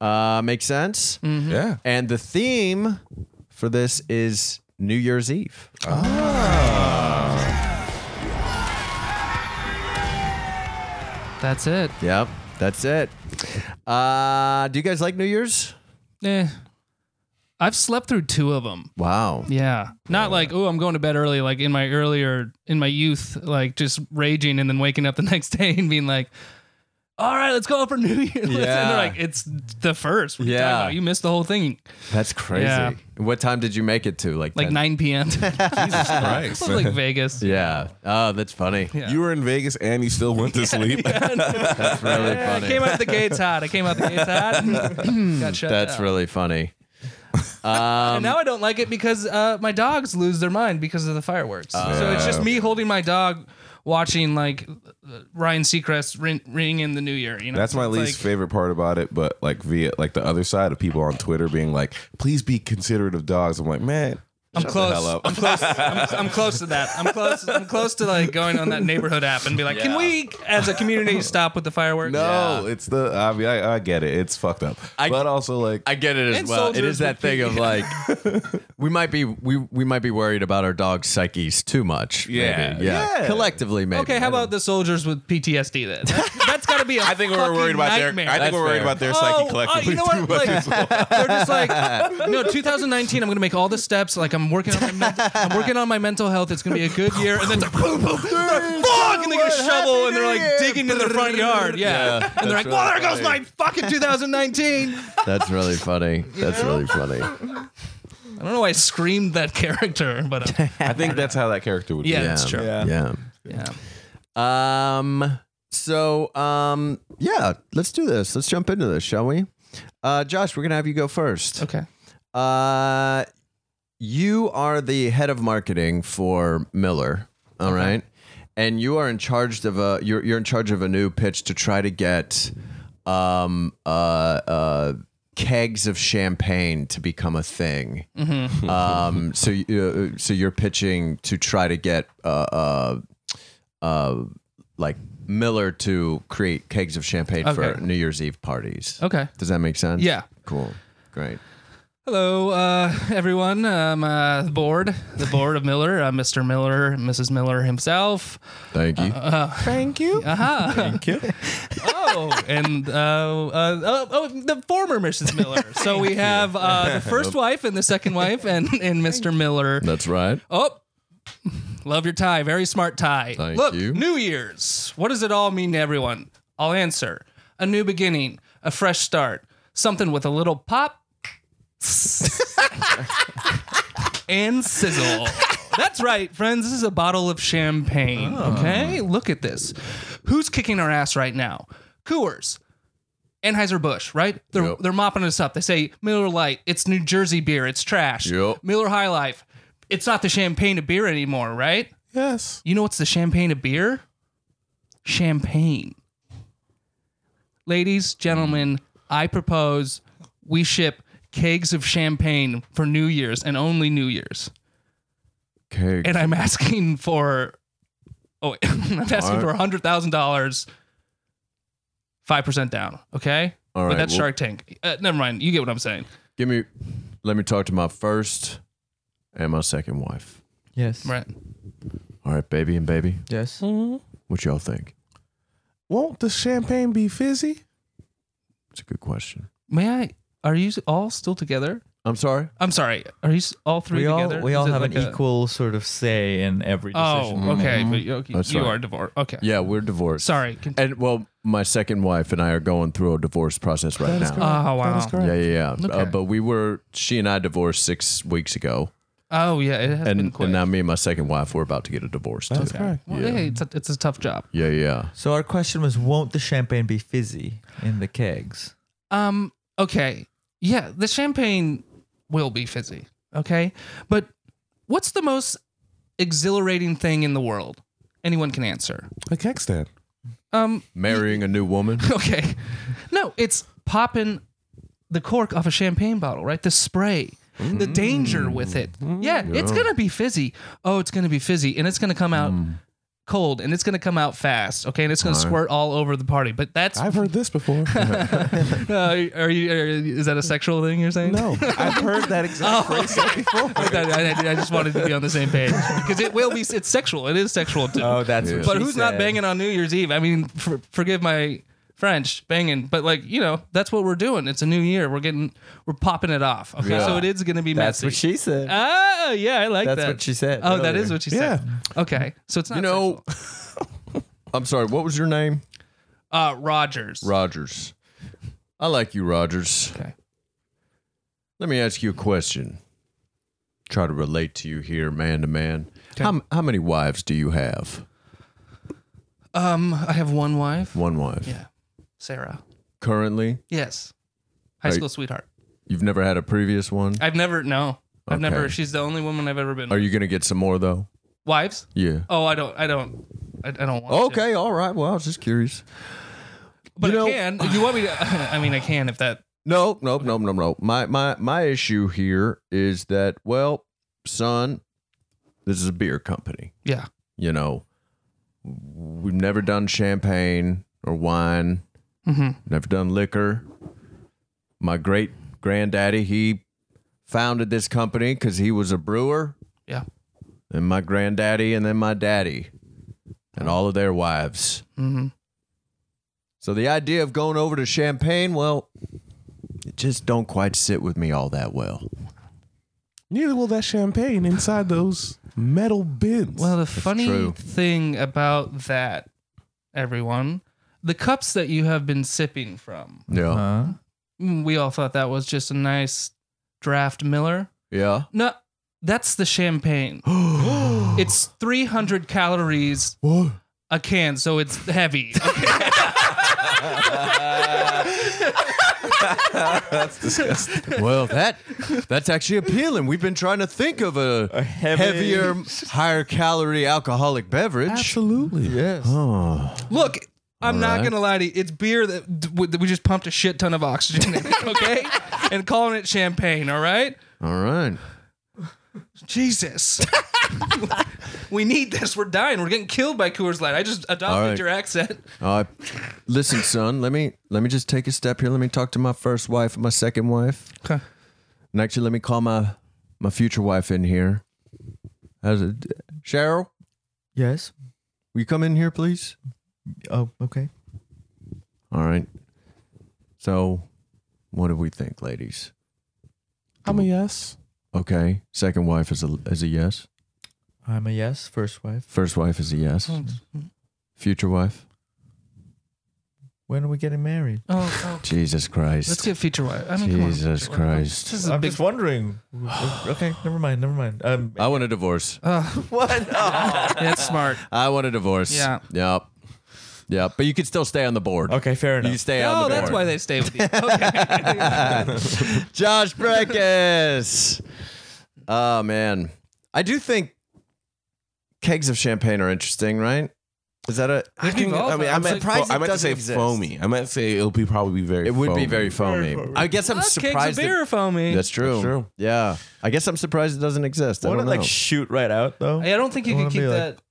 [SPEAKER 2] Uh, makes sense.
[SPEAKER 5] Mm-hmm.
[SPEAKER 3] yeah.
[SPEAKER 2] And the theme for this is New Year's Eve.
[SPEAKER 5] That's it.
[SPEAKER 2] Yep, that's it. Uh, do you guys like New Year's?
[SPEAKER 5] Eh. I've slept through two of them.
[SPEAKER 2] Wow.
[SPEAKER 5] Yeah. Not like, oh, I'm going to bed early, like in my earlier, in my youth, like just raging and then waking up the next day and being like, all right, let's go out for New Year's. And
[SPEAKER 2] Yeah.
[SPEAKER 5] they're like, it's the first. What are you talking
[SPEAKER 2] Yeah.
[SPEAKER 5] about? You missed the whole thing.
[SPEAKER 2] That's crazy.
[SPEAKER 5] Yeah.
[SPEAKER 2] What time did you make it to? Like
[SPEAKER 5] Like
[SPEAKER 2] 10?
[SPEAKER 5] 9 p.m.
[SPEAKER 3] Christ.
[SPEAKER 5] Probably Uh-huh. like Vegas.
[SPEAKER 2] Yeah. Oh, that's funny.
[SPEAKER 5] Yeah.
[SPEAKER 3] You were in Vegas and you still went to sleep.
[SPEAKER 2] That's really
[SPEAKER 5] Yeah, I
[SPEAKER 2] funny.
[SPEAKER 5] came out the gates hot. I came out the gates hot. Got shut
[SPEAKER 2] that's
[SPEAKER 5] down.
[SPEAKER 2] really funny.
[SPEAKER 5] And
[SPEAKER 3] Um,
[SPEAKER 5] now I don't like it because uh, my dogs lose their mind because of the fireworks. so it's
[SPEAKER 3] Oh.
[SPEAKER 5] just me holding my dog, watching like uh, Ryan Seacrest ring, ring in the New Year. You know,
[SPEAKER 3] That's my
[SPEAKER 5] It's
[SPEAKER 3] least
[SPEAKER 5] like-
[SPEAKER 3] favorite part about it, but like via like the other side of people on Twitter being like, "Please be considerate of dogs." I'm like, man,
[SPEAKER 5] I'm close.
[SPEAKER 3] hell up.
[SPEAKER 5] I'm close. I'm, I'm close to that. I'm close. I'm close to like going on that neighborhood app and be like, can we, as a community, stop with the fireworks?
[SPEAKER 3] no, it's the. I mean, I, I get it. It's fucked up,
[SPEAKER 2] I-
[SPEAKER 3] but also like,
[SPEAKER 2] I get it as
[SPEAKER 5] And
[SPEAKER 2] well. It
[SPEAKER 5] soldiers
[SPEAKER 2] is that
[SPEAKER 5] with
[SPEAKER 2] thing of like we might be we we might be worried about our dog's psyches too much. maybe. yeah.
[SPEAKER 3] Yeah. Yeah.
[SPEAKER 2] Collectively, maybe.
[SPEAKER 5] Okay, how about the soldiers with PTSD then? That's, that's got to be. I
[SPEAKER 3] I think we're worried about their. I think
[SPEAKER 5] nightmare.
[SPEAKER 2] That's
[SPEAKER 3] we're worried
[SPEAKER 2] fair.
[SPEAKER 3] about their
[SPEAKER 5] Oh,
[SPEAKER 3] psyche
[SPEAKER 5] uh,
[SPEAKER 3] collectively
[SPEAKER 5] you know what?
[SPEAKER 3] too much.
[SPEAKER 5] Like, they're just like, no, 2019. I'm gonna make all the steps. Like I'm working on my, men- I'm working on my mental health. It's gonna be a good year. And then it's like, boom, boom, they're like, fuck, and they get a shovel and they're like digging in their front yard. Yeah, and they're like, well, there goes my fucking 2019.
[SPEAKER 2] That's really funny. That's really funny.
[SPEAKER 5] I don't know why I screamed that character, but uh,
[SPEAKER 3] I think that's how that character would.
[SPEAKER 5] yeah,
[SPEAKER 3] be.
[SPEAKER 5] that's true. Yeah.
[SPEAKER 2] yeah. Um. So, um, yeah, let's do this. Let's jump into this, shall we? Uh, Josh, we're gonna have you go first.
[SPEAKER 5] Okay.
[SPEAKER 2] Uh, you are the head of marketing for Miller. All right, and you are in charge of a you're you're in charge of a new pitch to try to get, um, uh, uh. Kegs of champagne to become a thing.
[SPEAKER 5] Mm-hmm.
[SPEAKER 2] Um, so, you, uh, so you're pitching to try to get uh, uh, uh, like Miller to create kegs of champagne for
[SPEAKER 5] Okay.
[SPEAKER 2] New Year's Eve parties.
[SPEAKER 5] Okay.
[SPEAKER 2] Does that make sense?
[SPEAKER 5] Yeah.
[SPEAKER 2] Cool. Great.
[SPEAKER 5] Hello, uh, everyone. I'm uh, the board, the board of Miller, uh, Mr. Miller, Mrs. Miller himself.
[SPEAKER 2] Thank you.
[SPEAKER 5] Oh, and uh, uh, oh, oh, the former Mrs. Miller. So we have uh, the first wife and the second wife, and and Mr. Miller.
[SPEAKER 2] That's right.
[SPEAKER 5] Oh, love your tie. Very smart tie.
[SPEAKER 2] Thank
[SPEAKER 5] Look,
[SPEAKER 2] you.
[SPEAKER 5] New Year's. What does it all mean to everyone? I'll answer. A new beginning, a fresh start, something with a little pop and sizzle. That's right, friends. This is a bottle of champagne.
[SPEAKER 2] Ah.
[SPEAKER 5] Okay, look at this. Who's kicking our ass right now? Coors, Anheuser Busch, right? They're
[SPEAKER 2] Yep.
[SPEAKER 5] they're mopping us up. They say Miller Lite, it's New Jersey beer, it's trash.
[SPEAKER 2] Yep.
[SPEAKER 5] Miller High Life, it's not the champagne of beer anymore, right?
[SPEAKER 3] Yes.
[SPEAKER 5] You know what's the champagne of beer? Champagne. Ladies, gentlemen, I propose we ship kegs of champagne for New Year's and only New Year's.
[SPEAKER 2] Okay.
[SPEAKER 5] And I'm asking for oh wait, I'm asking for hundred thousand dollars, five percent down. Okay?
[SPEAKER 2] All
[SPEAKER 5] but
[SPEAKER 2] right,
[SPEAKER 5] that's
[SPEAKER 2] well-
[SPEAKER 5] Shark Tank. Uh, never mind. You get what I'm saying.
[SPEAKER 2] Give me. Let me talk to my first and my second wife.
[SPEAKER 4] Yes.
[SPEAKER 5] Right.
[SPEAKER 2] All right, baby and baby.
[SPEAKER 4] Yes.
[SPEAKER 2] Mm-hmm. What y'all think?
[SPEAKER 3] Won't the champagne be fizzy?
[SPEAKER 2] It's a good question.
[SPEAKER 5] May I are you all still together?
[SPEAKER 2] I'm sorry.
[SPEAKER 5] I'm sorry. Are you s- all three
[SPEAKER 4] We all
[SPEAKER 5] together?
[SPEAKER 4] we
[SPEAKER 5] Is
[SPEAKER 4] all
[SPEAKER 5] it
[SPEAKER 4] have
[SPEAKER 5] like
[SPEAKER 4] an
[SPEAKER 5] a-
[SPEAKER 4] equal sort of say in every decision.
[SPEAKER 5] Oh, okay. But you,
[SPEAKER 2] Mm-hmm. That's
[SPEAKER 5] you
[SPEAKER 2] right.
[SPEAKER 5] are divorced. Okay.
[SPEAKER 2] Yeah, we're divorced.
[SPEAKER 5] Sorry. Con-
[SPEAKER 2] And well, my second wife and I are going through a divorce process right now.
[SPEAKER 5] oh wow.
[SPEAKER 2] Yeah, yeah, yeah. Uh,
[SPEAKER 5] Okay.
[SPEAKER 2] but we were she and I divorced six weeks ago,
[SPEAKER 5] Oh yeah. It has been
[SPEAKER 2] and,
[SPEAKER 5] quick.
[SPEAKER 2] and now me and my second wife we're about to get a divorce too.
[SPEAKER 5] well, hey, it's a, it's a tough job.
[SPEAKER 2] Yeah, yeah.
[SPEAKER 4] So our question was, won't the champagne be fizzy in the kegs?
[SPEAKER 5] Um. Okay. Yeah. The champagne will be fizzy. Okay. But what's the most exhilarating thing in the world? Anyone can answer.
[SPEAKER 3] A keg stand.
[SPEAKER 5] Um.
[SPEAKER 2] Marrying a new woman.
[SPEAKER 5] Okay. No, it's popping the cork off a champagne bottle, right? The spray. The danger with it. Yeah, it's going to be fizzy. Oh, it's going to be fizzy and it's going to come out cold and it's going to come out fast, okay? And it's going to squirt all over the party. But that's
[SPEAKER 3] I've heard this before.
[SPEAKER 5] uh, are you are, is that a sexual thing you're saying?
[SPEAKER 3] no, I've heard that exact phrase before.
[SPEAKER 5] I, I- I just wanted to be on the same page because it will be. It's sexual. It is sexual too.
[SPEAKER 4] Oh, that's what
[SPEAKER 5] but who's not banging on New Year's Eve? I mean, for, forgive my French banging, but like you know, that's what we're doing. It's a new year. We're getting we're popping it off. Okay, so it is going to be
[SPEAKER 8] That's
[SPEAKER 5] messy.
[SPEAKER 8] what she said.
[SPEAKER 5] Ah, yeah, I like
[SPEAKER 8] That's
[SPEAKER 5] that.
[SPEAKER 8] what she said
[SPEAKER 5] Oh, that
[SPEAKER 8] earlier.
[SPEAKER 5] is what she
[SPEAKER 3] Yeah.
[SPEAKER 5] said. Okay, so it's not.
[SPEAKER 2] You know, I'm sorry. What was your name?
[SPEAKER 5] sexual. uh, Rogers.
[SPEAKER 2] Rogers. I like you, Rogers.
[SPEAKER 5] Okay.
[SPEAKER 2] Let me ask you a question. Try to relate to you here, man to man. How how many wives do you have?
[SPEAKER 5] um, I have one wife,
[SPEAKER 2] One wife.
[SPEAKER 5] Yeah. Sarah.
[SPEAKER 2] Currently,
[SPEAKER 5] Yes, high
[SPEAKER 2] Are you-
[SPEAKER 5] school sweetheart.
[SPEAKER 2] you've never had a previous one.
[SPEAKER 5] I've never no. I've never.
[SPEAKER 2] Okay.
[SPEAKER 5] She's the only woman I've ever been.
[SPEAKER 2] Are
[SPEAKER 5] with.
[SPEAKER 2] you gonna get some more though?
[SPEAKER 5] wives?
[SPEAKER 2] Yeah.
[SPEAKER 5] Oh, I don't. I don't. I, I don't want. to.
[SPEAKER 2] Okay, all right. Well, I was just curious.
[SPEAKER 5] but
[SPEAKER 2] you know-
[SPEAKER 5] I can. If you want me to? I mean, I can if that.
[SPEAKER 2] No, no, no, no, no. My my my issue here is that, well, son, this is a beer company.
[SPEAKER 5] Yeah.
[SPEAKER 2] You know, we've never done champagne or wine. Never done liquor. My great granddaddy, he founded this company because he was a brewer,
[SPEAKER 5] Yeah.
[SPEAKER 2] and my granddaddy, and then my daddy, and all of their wives.
[SPEAKER 5] Mhm.
[SPEAKER 2] So the idea of going over to Champagne, well, it just don't quite sit with me all that well.
[SPEAKER 3] Neither will that champagne inside those metal bins.
[SPEAKER 5] Well, the funny
[SPEAKER 2] true.
[SPEAKER 5] thing about that, everyone, the cups that you have been sipping from,
[SPEAKER 2] Yeah,
[SPEAKER 4] Huh?
[SPEAKER 5] mm, we all thought that was just a nice draft Miller.
[SPEAKER 2] yeah.
[SPEAKER 5] No, that's the champagne. it's 300 calories a can, so it's heavy.
[SPEAKER 2] Well, that that's actually appealing. We've been trying to think of a, heavier, higher calorie alcoholic beverage.
[SPEAKER 3] absolutely.
[SPEAKER 8] Yes.
[SPEAKER 5] Look, I'm not
[SPEAKER 2] right.
[SPEAKER 5] gonna lie to you. It's beer that d- w- that we just pumped a shit ton of oxygen in, okay? and calling it champagne, all right?
[SPEAKER 2] All right.
[SPEAKER 5] Jesus. we need this. We're dying. We're getting killed by Coors Light. I just
[SPEAKER 2] All
[SPEAKER 5] adopted
[SPEAKER 2] right.
[SPEAKER 5] your accent.
[SPEAKER 2] Uh, listen, son. Let me let me just take a step here. Let me talk to my first wife and my second wife.
[SPEAKER 5] Okay.
[SPEAKER 2] And actually, let me call my my future wife in here. How's it, Cheryl?
[SPEAKER 8] Yes.
[SPEAKER 2] Will you come in here, please?
[SPEAKER 8] Oh, okay.
[SPEAKER 2] All right. So, what do we think, ladies?
[SPEAKER 3] I'm a yes.
[SPEAKER 2] Okay. Second wife is a is a yes.
[SPEAKER 8] I'm a yes. First wife.
[SPEAKER 2] First wife is a yes.
[SPEAKER 5] Hmm. Oh,
[SPEAKER 2] Future wife.
[SPEAKER 8] When are we getting married?
[SPEAKER 5] Oh, oh.
[SPEAKER 2] Jesus Christ.
[SPEAKER 5] Let's get feature white. I mean, come on,
[SPEAKER 2] Jesus
[SPEAKER 5] feature white.
[SPEAKER 2] Christ.
[SPEAKER 5] This is a
[SPEAKER 8] I'm
[SPEAKER 5] big-
[SPEAKER 8] just wondering. okay, never mind. Never mind. Um,
[SPEAKER 2] I want a divorce.
[SPEAKER 5] That's smart.
[SPEAKER 2] I want a divorce.
[SPEAKER 5] Yeah.
[SPEAKER 2] Yep. Yeah, but you could still stay on the board.
[SPEAKER 8] Okay, fair
[SPEAKER 2] You
[SPEAKER 8] enough.
[SPEAKER 2] could stay on
[SPEAKER 5] Oh,
[SPEAKER 2] the board.
[SPEAKER 5] that's why they stay with you. Okay.
[SPEAKER 2] Josh Breckus. Oh man, I do think kegs of champagne are interesting, right? Is that a?
[SPEAKER 5] They've evolved.
[SPEAKER 3] I mean, I
[SPEAKER 5] I'm
[SPEAKER 3] meant,
[SPEAKER 2] surprised
[SPEAKER 3] fo- I
[SPEAKER 2] it
[SPEAKER 3] meant to
[SPEAKER 2] doesn't
[SPEAKER 3] say
[SPEAKER 2] exist.
[SPEAKER 3] foamy. I meant to say it'll be probably be very.
[SPEAKER 2] It would be
[SPEAKER 3] foamy.
[SPEAKER 2] very foamy. I guess I'm
[SPEAKER 5] Us
[SPEAKER 2] surprised.
[SPEAKER 5] Kegs of beer
[SPEAKER 2] That,
[SPEAKER 5] are foamy.
[SPEAKER 2] that's true.
[SPEAKER 3] That's true.
[SPEAKER 2] Yeah, I guess I'm surprised it doesn't exist. I
[SPEAKER 8] Won't
[SPEAKER 2] don't
[SPEAKER 8] it
[SPEAKER 2] know.
[SPEAKER 8] like shoot right out though?
[SPEAKER 5] I don't think you
[SPEAKER 8] I
[SPEAKER 5] can
[SPEAKER 8] wanna
[SPEAKER 5] keep
[SPEAKER 8] be like-
[SPEAKER 5] that.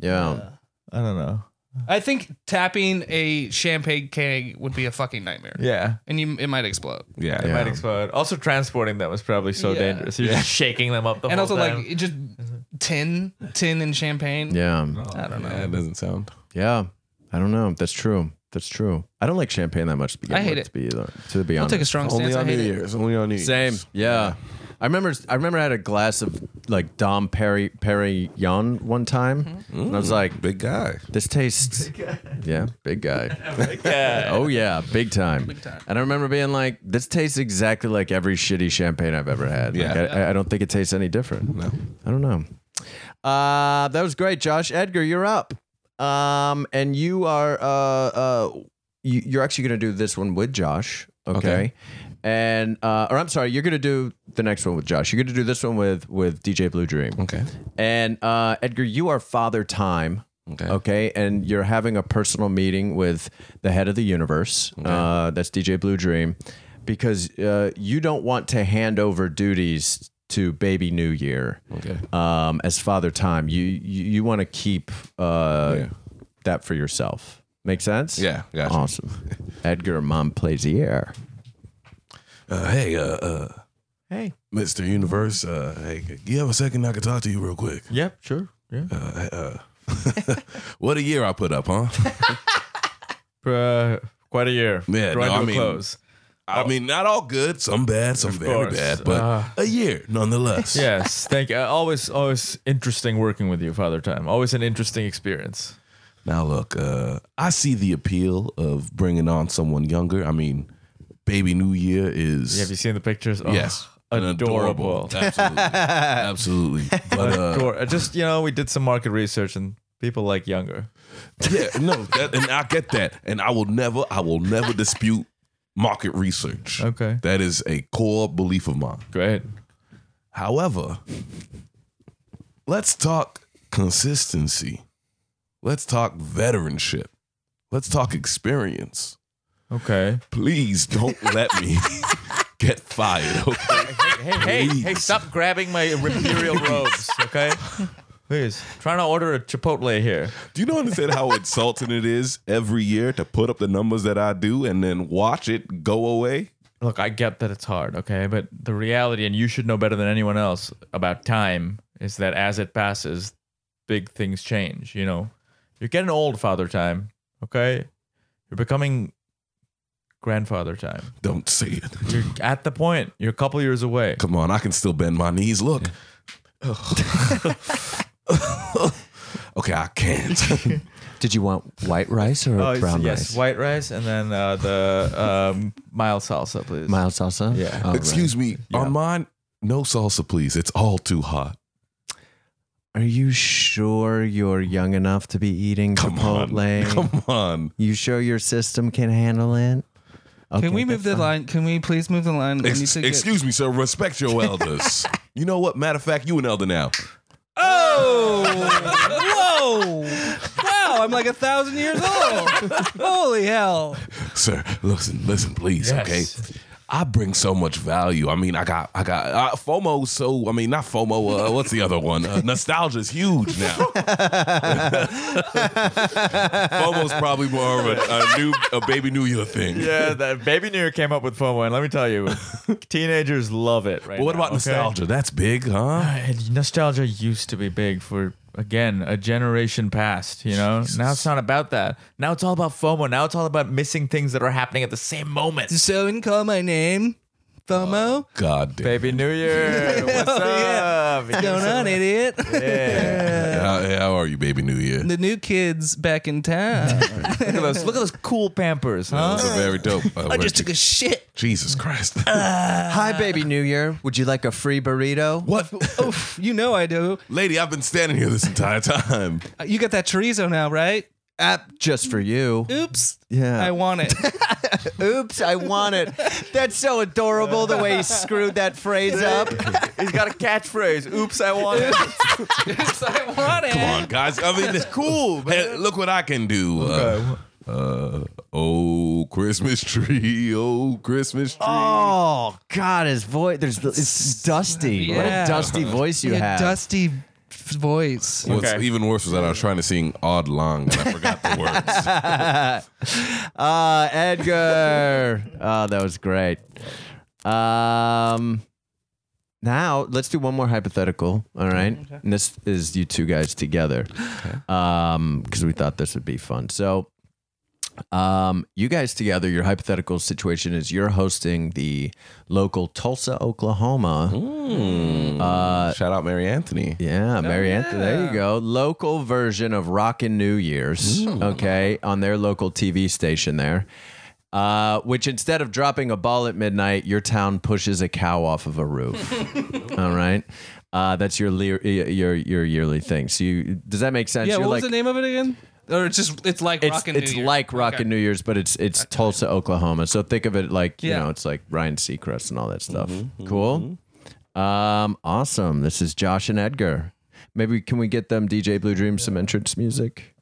[SPEAKER 2] yeah,
[SPEAKER 8] I don't know.
[SPEAKER 5] I think tapping a champagne keg would be a fucking nightmare,
[SPEAKER 8] Yeah.
[SPEAKER 5] and you it might explode.
[SPEAKER 3] Yeah,
[SPEAKER 4] It
[SPEAKER 3] yeah.
[SPEAKER 4] might explode. Also, transporting them is probably so
[SPEAKER 5] Yeah.
[SPEAKER 4] dangerous. You're just shaking them up the
[SPEAKER 5] and
[SPEAKER 4] whole
[SPEAKER 5] also,
[SPEAKER 4] time.
[SPEAKER 5] like, it just tin, tin, and champagne.
[SPEAKER 2] yeah,
[SPEAKER 5] I don't know.
[SPEAKER 3] Yeah, it doesn't sound.
[SPEAKER 2] yeah. I don't know. That's true. That's true. I don't like champagne that much. To begin
[SPEAKER 5] I hate
[SPEAKER 2] with,
[SPEAKER 5] it.
[SPEAKER 2] To be, either, to be
[SPEAKER 5] I'll
[SPEAKER 2] honest,
[SPEAKER 5] take a strong
[SPEAKER 3] Only
[SPEAKER 5] stance. I
[SPEAKER 3] on New
[SPEAKER 5] hate it.
[SPEAKER 3] Year's. Only on New Year's.
[SPEAKER 2] Same. Yeah. I remember. I remember. I had a glass of like Dom Perry Perignon one time, and I was like,
[SPEAKER 3] Big guy.
[SPEAKER 2] "This tastes." Yeah, big guy. oh yeah, big time.
[SPEAKER 5] Big time.
[SPEAKER 2] And I remember being like, "This tastes exactly like every shitty champagne I've ever had." Like,
[SPEAKER 3] Yeah.
[SPEAKER 2] I, I don't think it tastes any different. No. I don't know. Uh, that was great, Josh Edgar. You're up. Um, and you are uh uh, you, you're actually gonna do this one with Josh. Okay.
[SPEAKER 3] Okay.
[SPEAKER 2] And uh, or I'm sorry, you're gonna do the next one with Josh. You're gonna do this one with with DJ Blue Dream.
[SPEAKER 3] Okay.
[SPEAKER 2] And uh, Edgar, you are Father Time.
[SPEAKER 3] Okay.
[SPEAKER 2] Okay. And you're having a personal meeting with the head of the universe. Uh, that's DJ Blue Dream, because uh, you don't want to hand over duties to Baby New Year.
[SPEAKER 3] Okay.
[SPEAKER 2] Um, as Father Time, you you, you want to keep uh,
[SPEAKER 3] Yeah.
[SPEAKER 2] that for yourself. Make sense?
[SPEAKER 3] Yeah, gotcha.
[SPEAKER 2] Awesome. Edgar Mom plays the air.
[SPEAKER 3] Uh, hey, uh, uh,
[SPEAKER 2] Hey.
[SPEAKER 3] Mr. Universe. Uh, hey, you have a second? I can talk to you real quick.
[SPEAKER 8] Yep, sure. Yeah.
[SPEAKER 3] What a year I put up, huh?
[SPEAKER 4] Uh, quite a year.
[SPEAKER 3] Yeah,
[SPEAKER 4] Drawing
[SPEAKER 3] no,
[SPEAKER 4] to
[SPEAKER 3] I
[SPEAKER 4] a
[SPEAKER 3] mean,
[SPEAKER 4] close.
[SPEAKER 3] I mean, not all good, some bad, some very
[SPEAKER 4] course.
[SPEAKER 3] bad, but
[SPEAKER 4] Uh,
[SPEAKER 3] a year nonetheless.
[SPEAKER 4] Yes, thank you. Uh, Always, always interesting working with you, Father Time. Always an interesting experience.
[SPEAKER 3] Now look, uh, I see the appeal of bringing on someone younger. I mean, baby New Year is
[SPEAKER 4] Have you seen the pictures? Oh,
[SPEAKER 3] yes, an
[SPEAKER 4] adorable.
[SPEAKER 3] absolutely, absolutely. But uh,
[SPEAKER 4] Ador- uh, Just you know, we did some market research and people like younger.
[SPEAKER 3] yeah, no, that, and I get that, and I will never, I will never dispute market research.
[SPEAKER 4] Okay.
[SPEAKER 3] that is a core belief of mine.
[SPEAKER 4] Great.
[SPEAKER 3] However, let's talk consistency. Let's talk veteranship. Let's talk experience.
[SPEAKER 4] Okay.
[SPEAKER 3] Please don't let me get fired. Okay?
[SPEAKER 4] Hey, hey, hey!
[SPEAKER 3] Please.
[SPEAKER 4] Stop grabbing my imperial robes, okay? Please, trying to order a Chipotle here.
[SPEAKER 3] Do you know understand how insulting it is every year to put up the numbers that I do and then watch it go away?
[SPEAKER 4] Look, I get that it's hard, okay? But the reality, and you should know better than anyone else about time, is that as it passes, big things change, you know? You're getting old, Father Time, okay? You're becoming grandfather time.
[SPEAKER 3] Don't say it.
[SPEAKER 4] You're at the point, you're a couple years away.
[SPEAKER 3] Come on, I can still bend my knees. Look. okay, I can't.
[SPEAKER 2] Did you want white rice or
[SPEAKER 4] Oh,
[SPEAKER 2] brown
[SPEAKER 4] yes,
[SPEAKER 2] rice?
[SPEAKER 4] white rice and then uh, the um, mild salsa, please.
[SPEAKER 2] Mild salsa.
[SPEAKER 4] Yeah.
[SPEAKER 2] All right.
[SPEAKER 3] Excuse me. On mine, no salsa, please. It's all too hot.
[SPEAKER 2] Are you sure you're young enough to be eating
[SPEAKER 3] Come
[SPEAKER 2] Chipotle?
[SPEAKER 3] on. Come on.
[SPEAKER 2] You sure your system can handle it? Okay,
[SPEAKER 5] Can we move the
[SPEAKER 2] that's
[SPEAKER 5] line? Can we please move the line? We need
[SPEAKER 3] Ex-
[SPEAKER 5] to get-
[SPEAKER 3] excuse me, sir. Respect your elders. you know what? Matter of fact, you an elder now.
[SPEAKER 5] Oh, whoa! Wow, I'm like a thousand years old. Holy hell!
[SPEAKER 3] Sir, listen, listen, please,
[SPEAKER 4] Yes.
[SPEAKER 3] okay? I bring so much value. I mean, I got, I got uh, FOMO. So, I mean, not FOMO. Uh, what's the other one? Uh, Nostalgia is huge now. FOMO's probably more of a, a new, a baby New Year thing.
[SPEAKER 4] Yeah, that Baby New Year came up with FOMO, and let me tell you, teenagers love it right
[SPEAKER 3] But what
[SPEAKER 4] now,
[SPEAKER 3] about
[SPEAKER 4] okay?
[SPEAKER 3] nostalgia? That's big, huh?
[SPEAKER 4] And nostalgia used to be big for again a generation past you know now it's not about that now it's all about fomo now it's all about missing things that are happening at the same moment
[SPEAKER 5] So and call my name, FOMO.
[SPEAKER 3] God damn.
[SPEAKER 4] baby new year what's up
[SPEAKER 5] What's going on, idiot?
[SPEAKER 3] How, how are you, baby New Year?
[SPEAKER 5] The new kids back in town.
[SPEAKER 4] look at those look at those cool pampers huh
[SPEAKER 3] Those are very dope. Uh,
[SPEAKER 5] I just took a shit. Uh.
[SPEAKER 3] Jesus Christ.
[SPEAKER 2] Hi, baby New Year. Would you like a free burrito?
[SPEAKER 3] what?
[SPEAKER 5] Oof, you know I do.
[SPEAKER 3] Lady, I've been standing here this entire time.
[SPEAKER 5] You got that chorizo now, right?
[SPEAKER 2] app just for you.
[SPEAKER 5] Oops.
[SPEAKER 2] Yeah.
[SPEAKER 5] I want it.
[SPEAKER 2] Oops, I want it. That's so adorable the way he screwed that phrase up.
[SPEAKER 8] He's got a catchphrase. Oops, I want it.
[SPEAKER 5] Oops, I want it.
[SPEAKER 3] Come on, guys. I mean, it's cool. Hey, look what I can do. Uh, uh, oh, Christmas tree. Oh, Christmas tree.
[SPEAKER 2] Oh God, his voice. There's the- it's dusty. What a
[SPEAKER 5] Yeah.
[SPEAKER 2] dusty voice you
[SPEAKER 5] Your
[SPEAKER 2] have.
[SPEAKER 5] dusty f- voice.
[SPEAKER 3] What's
[SPEAKER 8] Okay.
[SPEAKER 3] even worse was that I was trying to sing odd long and I forgot the words.
[SPEAKER 2] Uh, Edgar. oh, that was great. Um, now let's do one more hypothetical. All right, and this is you two guys together, um, because we thought this would be fun. So, um, you guys together, your hypothetical situation is you're hosting the local Tulsa, Oklahoma.
[SPEAKER 5] Uh,
[SPEAKER 3] Shout out Mary Anthony.
[SPEAKER 2] Yeah,
[SPEAKER 5] Oh,
[SPEAKER 2] Mary Anthony. There you go. Local version of Rockin' New Year's, okay, on their local TV station there. Uh, which instead of dropping a ball at midnight, your town pushes a cow off of a roof. All right. Uh, that's your, lear- your your yearly thing. So you does that make sense?
[SPEAKER 5] Yeah,
[SPEAKER 2] You're
[SPEAKER 5] what was
[SPEAKER 2] like-
[SPEAKER 5] the name of it again? Or it's just it's like
[SPEAKER 2] It's
[SPEAKER 5] Rockin'
[SPEAKER 2] it's
[SPEAKER 5] New Year.
[SPEAKER 2] like Rockin'
[SPEAKER 5] Okay.
[SPEAKER 2] New Year's, but it's it's Tulsa, Oklahoma. So think of it like you
[SPEAKER 5] Yeah.
[SPEAKER 2] know, it's like Ryan Seacrest and all that stuff. cool. Um, awesome. This is Josh and Edgar. Maybe can we get them DJ Blue Dream some entrance music?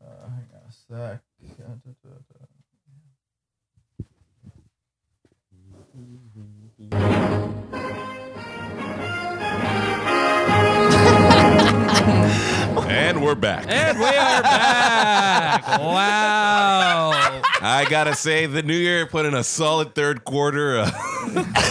[SPEAKER 3] And we're back.
[SPEAKER 5] And we are back. wow.
[SPEAKER 3] I gotta say, the new year put in a solid third quarter. uh,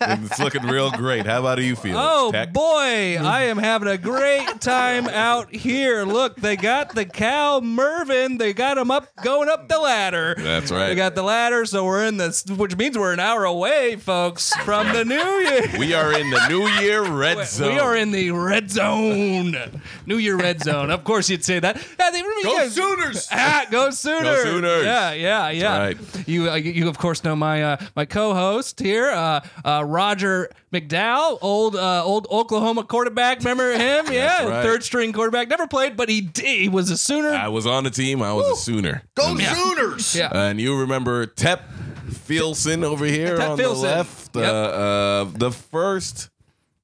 [SPEAKER 3] it's looking real great. How about you feel?
[SPEAKER 5] Oh
[SPEAKER 3] Tech?
[SPEAKER 5] boy, I am having a great time out here. Look, they got the cow Mervin. They got him up going up the ladder.
[SPEAKER 3] That's right.
[SPEAKER 5] They got the ladder, so we're in this, which means we're an hour away, folks, from the new year.
[SPEAKER 3] we are in the new year red zone.
[SPEAKER 5] We are in the red zone. New Year red zone. Of course, you'd say that. Yeah, they really
[SPEAKER 3] Go
[SPEAKER 5] guys-
[SPEAKER 3] Sooners!
[SPEAKER 5] Ah, go Sooners!
[SPEAKER 3] Sooners.
[SPEAKER 5] Yeah, yeah, yeah.
[SPEAKER 3] right.
[SPEAKER 5] You, uh, you, you of course know my uh, my co-host here, uh, uh, Roger McDowell, old uh, old Oklahoma quarterback. Remember him? yeah,
[SPEAKER 3] right.
[SPEAKER 5] third string quarterback. Never played, but he did, he was a Sooner.
[SPEAKER 3] I was on the team. I was a Sooner. Go Sooners!
[SPEAKER 5] Yeah.
[SPEAKER 3] And you remember Tep Filson over here
[SPEAKER 5] Tep
[SPEAKER 3] on
[SPEAKER 5] Filson.
[SPEAKER 3] the left,
[SPEAKER 5] Yep.
[SPEAKER 3] uh, uh, the first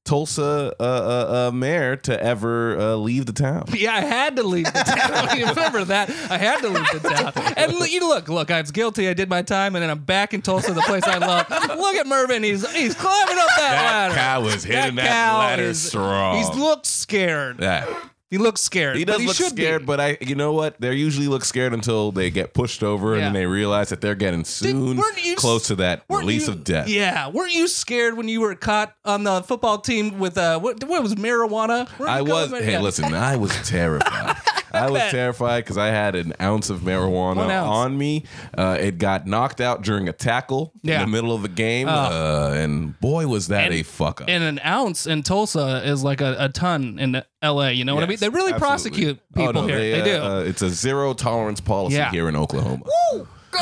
[SPEAKER 3] Tulsa uh, uh, uh, mayor to ever uh, leave the town.
[SPEAKER 5] yeah, I had to leave the town. You remember that? I had to leave the town. And l- you look, look, I was guilty. I did my time, and then I'm back in Tulsa, the place I love. Look at Mervin. He's he's climbing up that,
[SPEAKER 3] That
[SPEAKER 5] ladder.
[SPEAKER 3] cow is hitting that,
[SPEAKER 5] cow
[SPEAKER 3] ladder
[SPEAKER 5] is-
[SPEAKER 3] strong.
[SPEAKER 5] He's looked scared.
[SPEAKER 3] Yeah.
[SPEAKER 5] He looks scared.
[SPEAKER 3] He does
[SPEAKER 5] but he
[SPEAKER 3] look
[SPEAKER 5] should be.
[SPEAKER 3] scared, but I, you know what? They usually look scared until they get pushed over, and
[SPEAKER 5] Yeah.
[SPEAKER 3] then they realize that they're getting soon
[SPEAKER 5] weren't you s-
[SPEAKER 3] close to that
[SPEAKER 5] Weren't
[SPEAKER 3] release
[SPEAKER 5] you-
[SPEAKER 3] of death.
[SPEAKER 5] Yeah, weren't you scared when you were caught on the football team with uh, what, what was marijuana? Weren't
[SPEAKER 3] I
[SPEAKER 5] you
[SPEAKER 3] was.
[SPEAKER 5] caught with-
[SPEAKER 3] Hey,
[SPEAKER 5] yeah.
[SPEAKER 3] listen, I was terrified. I was terrified because I had an ounce of marijuana
[SPEAKER 5] One ounce.
[SPEAKER 3] on me. Uh, it got knocked out during a tackle
[SPEAKER 5] Yeah. Oh.
[SPEAKER 3] in the middle of a game, uh, and boy, was that a fuck up.
[SPEAKER 5] And an ounce in Tulsa is like a, a ton in L.A. You know what I mean? They really prosecute people here. They, do.
[SPEAKER 3] Oh, Uh, it's a zero tolerance policy
[SPEAKER 5] Yeah.
[SPEAKER 3] here in Oklahoma.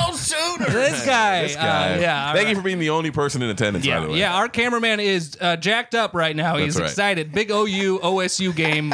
[SPEAKER 5] this guy,
[SPEAKER 3] This guy.
[SPEAKER 5] uh, yeah. all
[SPEAKER 3] Thank
[SPEAKER 5] right.
[SPEAKER 3] you for being the only person in attendance.
[SPEAKER 5] yeah,
[SPEAKER 3] by the way.
[SPEAKER 5] yeah, our cameraman is uh, jacked up right now.
[SPEAKER 3] That's
[SPEAKER 5] He's
[SPEAKER 3] right.
[SPEAKER 5] excited. Big OU OSU game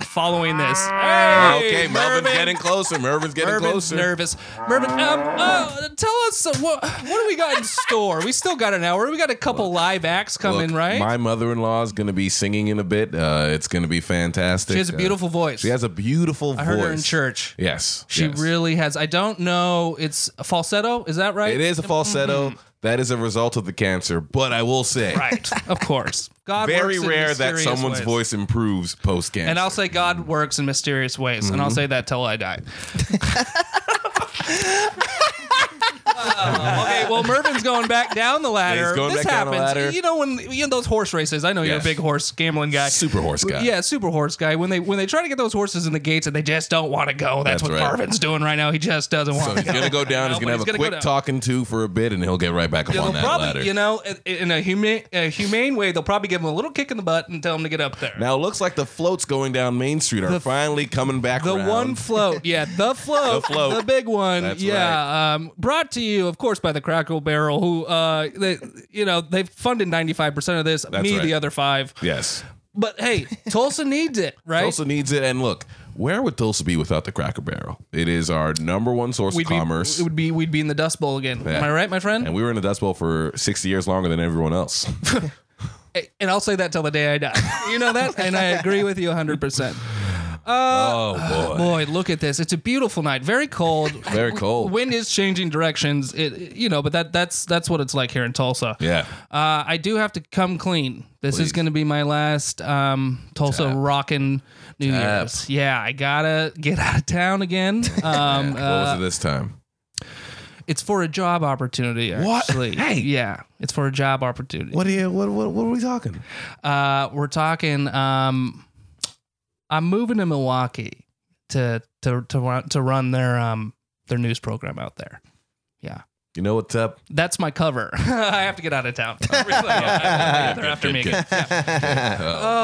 [SPEAKER 5] following this.
[SPEAKER 3] okay,
[SPEAKER 5] Hey,
[SPEAKER 3] Mervin's
[SPEAKER 5] Mervin.
[SPEAKER 3] getting closer. Mervin's getting
[SPEAKER 5] Mervin's
[SPEAKER 3] closer.
[SPEAKER 5] nervous. Mervin, um, uh, tell us uh, what what do we got in store? We still got an hour. We got a couple live acts
[SPEAKER 3] Look,
[SPEAKER 5] coming, right?
[SPEAKER 3] My mother-in-law is going to be singing in a bit. Uh, it's going to be fantastic.
[SPEAKER 5] she has a
[SPEAKER 3] Uh,
[SPEAKER 5] beautiful voice.
[SPEAKER 3] she has a beautiful voice.
[SPEAKER 5] I heard her in church.
[SPEAKER 3] Yes.
[SPEAKER 5] She
[SPEAKER 3] yes.
[SPEAKER 5] really has. I don't know. It's a falsetto. Is that right?
[SPEAKER 3] It is a falsetto. That is a result of the cancer. But I will say,
[SPEAKER 5] Right. Of course. God.
[SPEAKER 3] very
[SPEAKER 5] works in
[SPEAKER 3] rare that
[SPEAKER 5] mysterious
[SPEAKER 3] someone's
[SPEAKER 5] ways.
[SPEAKER 3] voice improves post-cancer.
[SPEAKER 5] And I'll say God works in mysterious ways, and
[SPEAKER 3] Mm-hmm.
[SPEAKER 5] I'll say that till I die. Oh, okay, well, Mervin's going back down the ladder.
[SPEAKER 3] Yeah, he's going
[SPEAKER 5] this
[SPEAKER 3] back down the
[SPEAKER 5] happens.
[SPEAKER 3] ladder.
[SPEAKER 5] You know when you know those horse races. I know you're
[SPEAKER 3] Yes.
[SPEAKER 5] a big horse gambling guy.
[SPEAKER 3] super horse guy.
[SPEAKER 5] Yeah, super horse guy. When they when they try to get those horses in the gates and they just don't want to go, that's,
[SPEAKER 3] That's
[SPEAKER 5] what
[SPEAKER 3] right.
[SPEAKER 5] Marvin's doing right now. He just doesn't want
[SPEAKER 3] So
[SPEAKER 5] to
[SPEAKER 3] he's
[SPEAKER 5] go.
[SPEAKER 3] gonna go down. He's gonna have
[SPEAKER 5] No, but
[SPEAKER 3] a
[SPEAKER 5] he's gonna go
[SPEAKER 3] quick
[SPEAKER 5] down.
[SPEAKER 3] talking to for a bit, and he'll get right back up
[SPEAKER 5] Yeah,
[SPEAKER 3] on
[SPEAKER 5] they'll
[SPEAKER 3] that
[SPEAKER 5] probably,
[SPEAKER 3] ladder.
[SPEAKER 5] you know, in- in a humane, a humane way, they'll probably give him a little kick in the butt and tell him to get up there.
[SPEAKER 3] now it looks like the floats going down Main Street are finally coming back.
[SPEAKER 5] The
[SPEAKER 3] around.
[SPEAKER 5] one float, yeah, the float,
[SPEAKER 3] The float.
[SPEAKER 5] big one,
[SPEAKER 3] That's
[SPEAKER 5] yeah. Um, brought to you, of course, by the Crackle Barrel, who, uh, they, you know, they've funded ninety five percent of this. me,
[SPEAKER 3] right.
[SPEAKER 5] the other five.
[SPEAKER 3] Yes.
[SPEAKER 5] But hey, Tulsa needs it, right?
[SPEAKER 3] Tulsa needs it. And look, Where would Tulsa be without the Cracker Barrel? It is our number one source
[SPEAKER 5] We'd
[SPEAKER 3] of
[SPEAKER 5] be,
[SPEAKER 3] commerce.
[SPEAKER 5] it would be we'd be in the Dust Bowl again. Am I right, my friend?
[SPEAKER 3] and
[SPEAKER 5] And,
[SPEAKER 3] we were in the Dust Bowl for 60 years longer than everyone else.
[SPEAKER 5] I'll say that till the day I die. You know that, and I agree with you 100. percent
[SPEAKER 3] oh, boy.
[SPEAKER 5] Boy, look at this! It's a beautiful night. Very cold.
[SPEAKER 3] Very cold.
[SPEAKER 5] Wind is changing directions. It, you know, but that that's that's what it's like here in Tulsa.
[SPEAKER 3] Yeah.
[SPEAKER 5] Uh, I do have to come clean. This is
[SPEAKER 3] Please.
[SPEAKER 5] going to be my last um, Tulsa rockin' New Year's. Yeah, I gotta get out of town again. Um,
[SPEAKER 3] what
[SPEAKER 5] uh,
[SPEAKER 3] was it this time?
[SPEAKER 5] It's for a job opportunity. Actually. Hey. Yeah, it's for a job opportunity.
[SPEAKER 3] What are you, what, what, what are we talking?
[SPEAKER 5] Uh, we're talking. Um, I'm moving to Milwaukee to to to run, to run their um their news program out there.
[SPEAKER 3] You know what's up?
[SPEAKER 5] That's my cover. I have to get out of town. They're after me. again.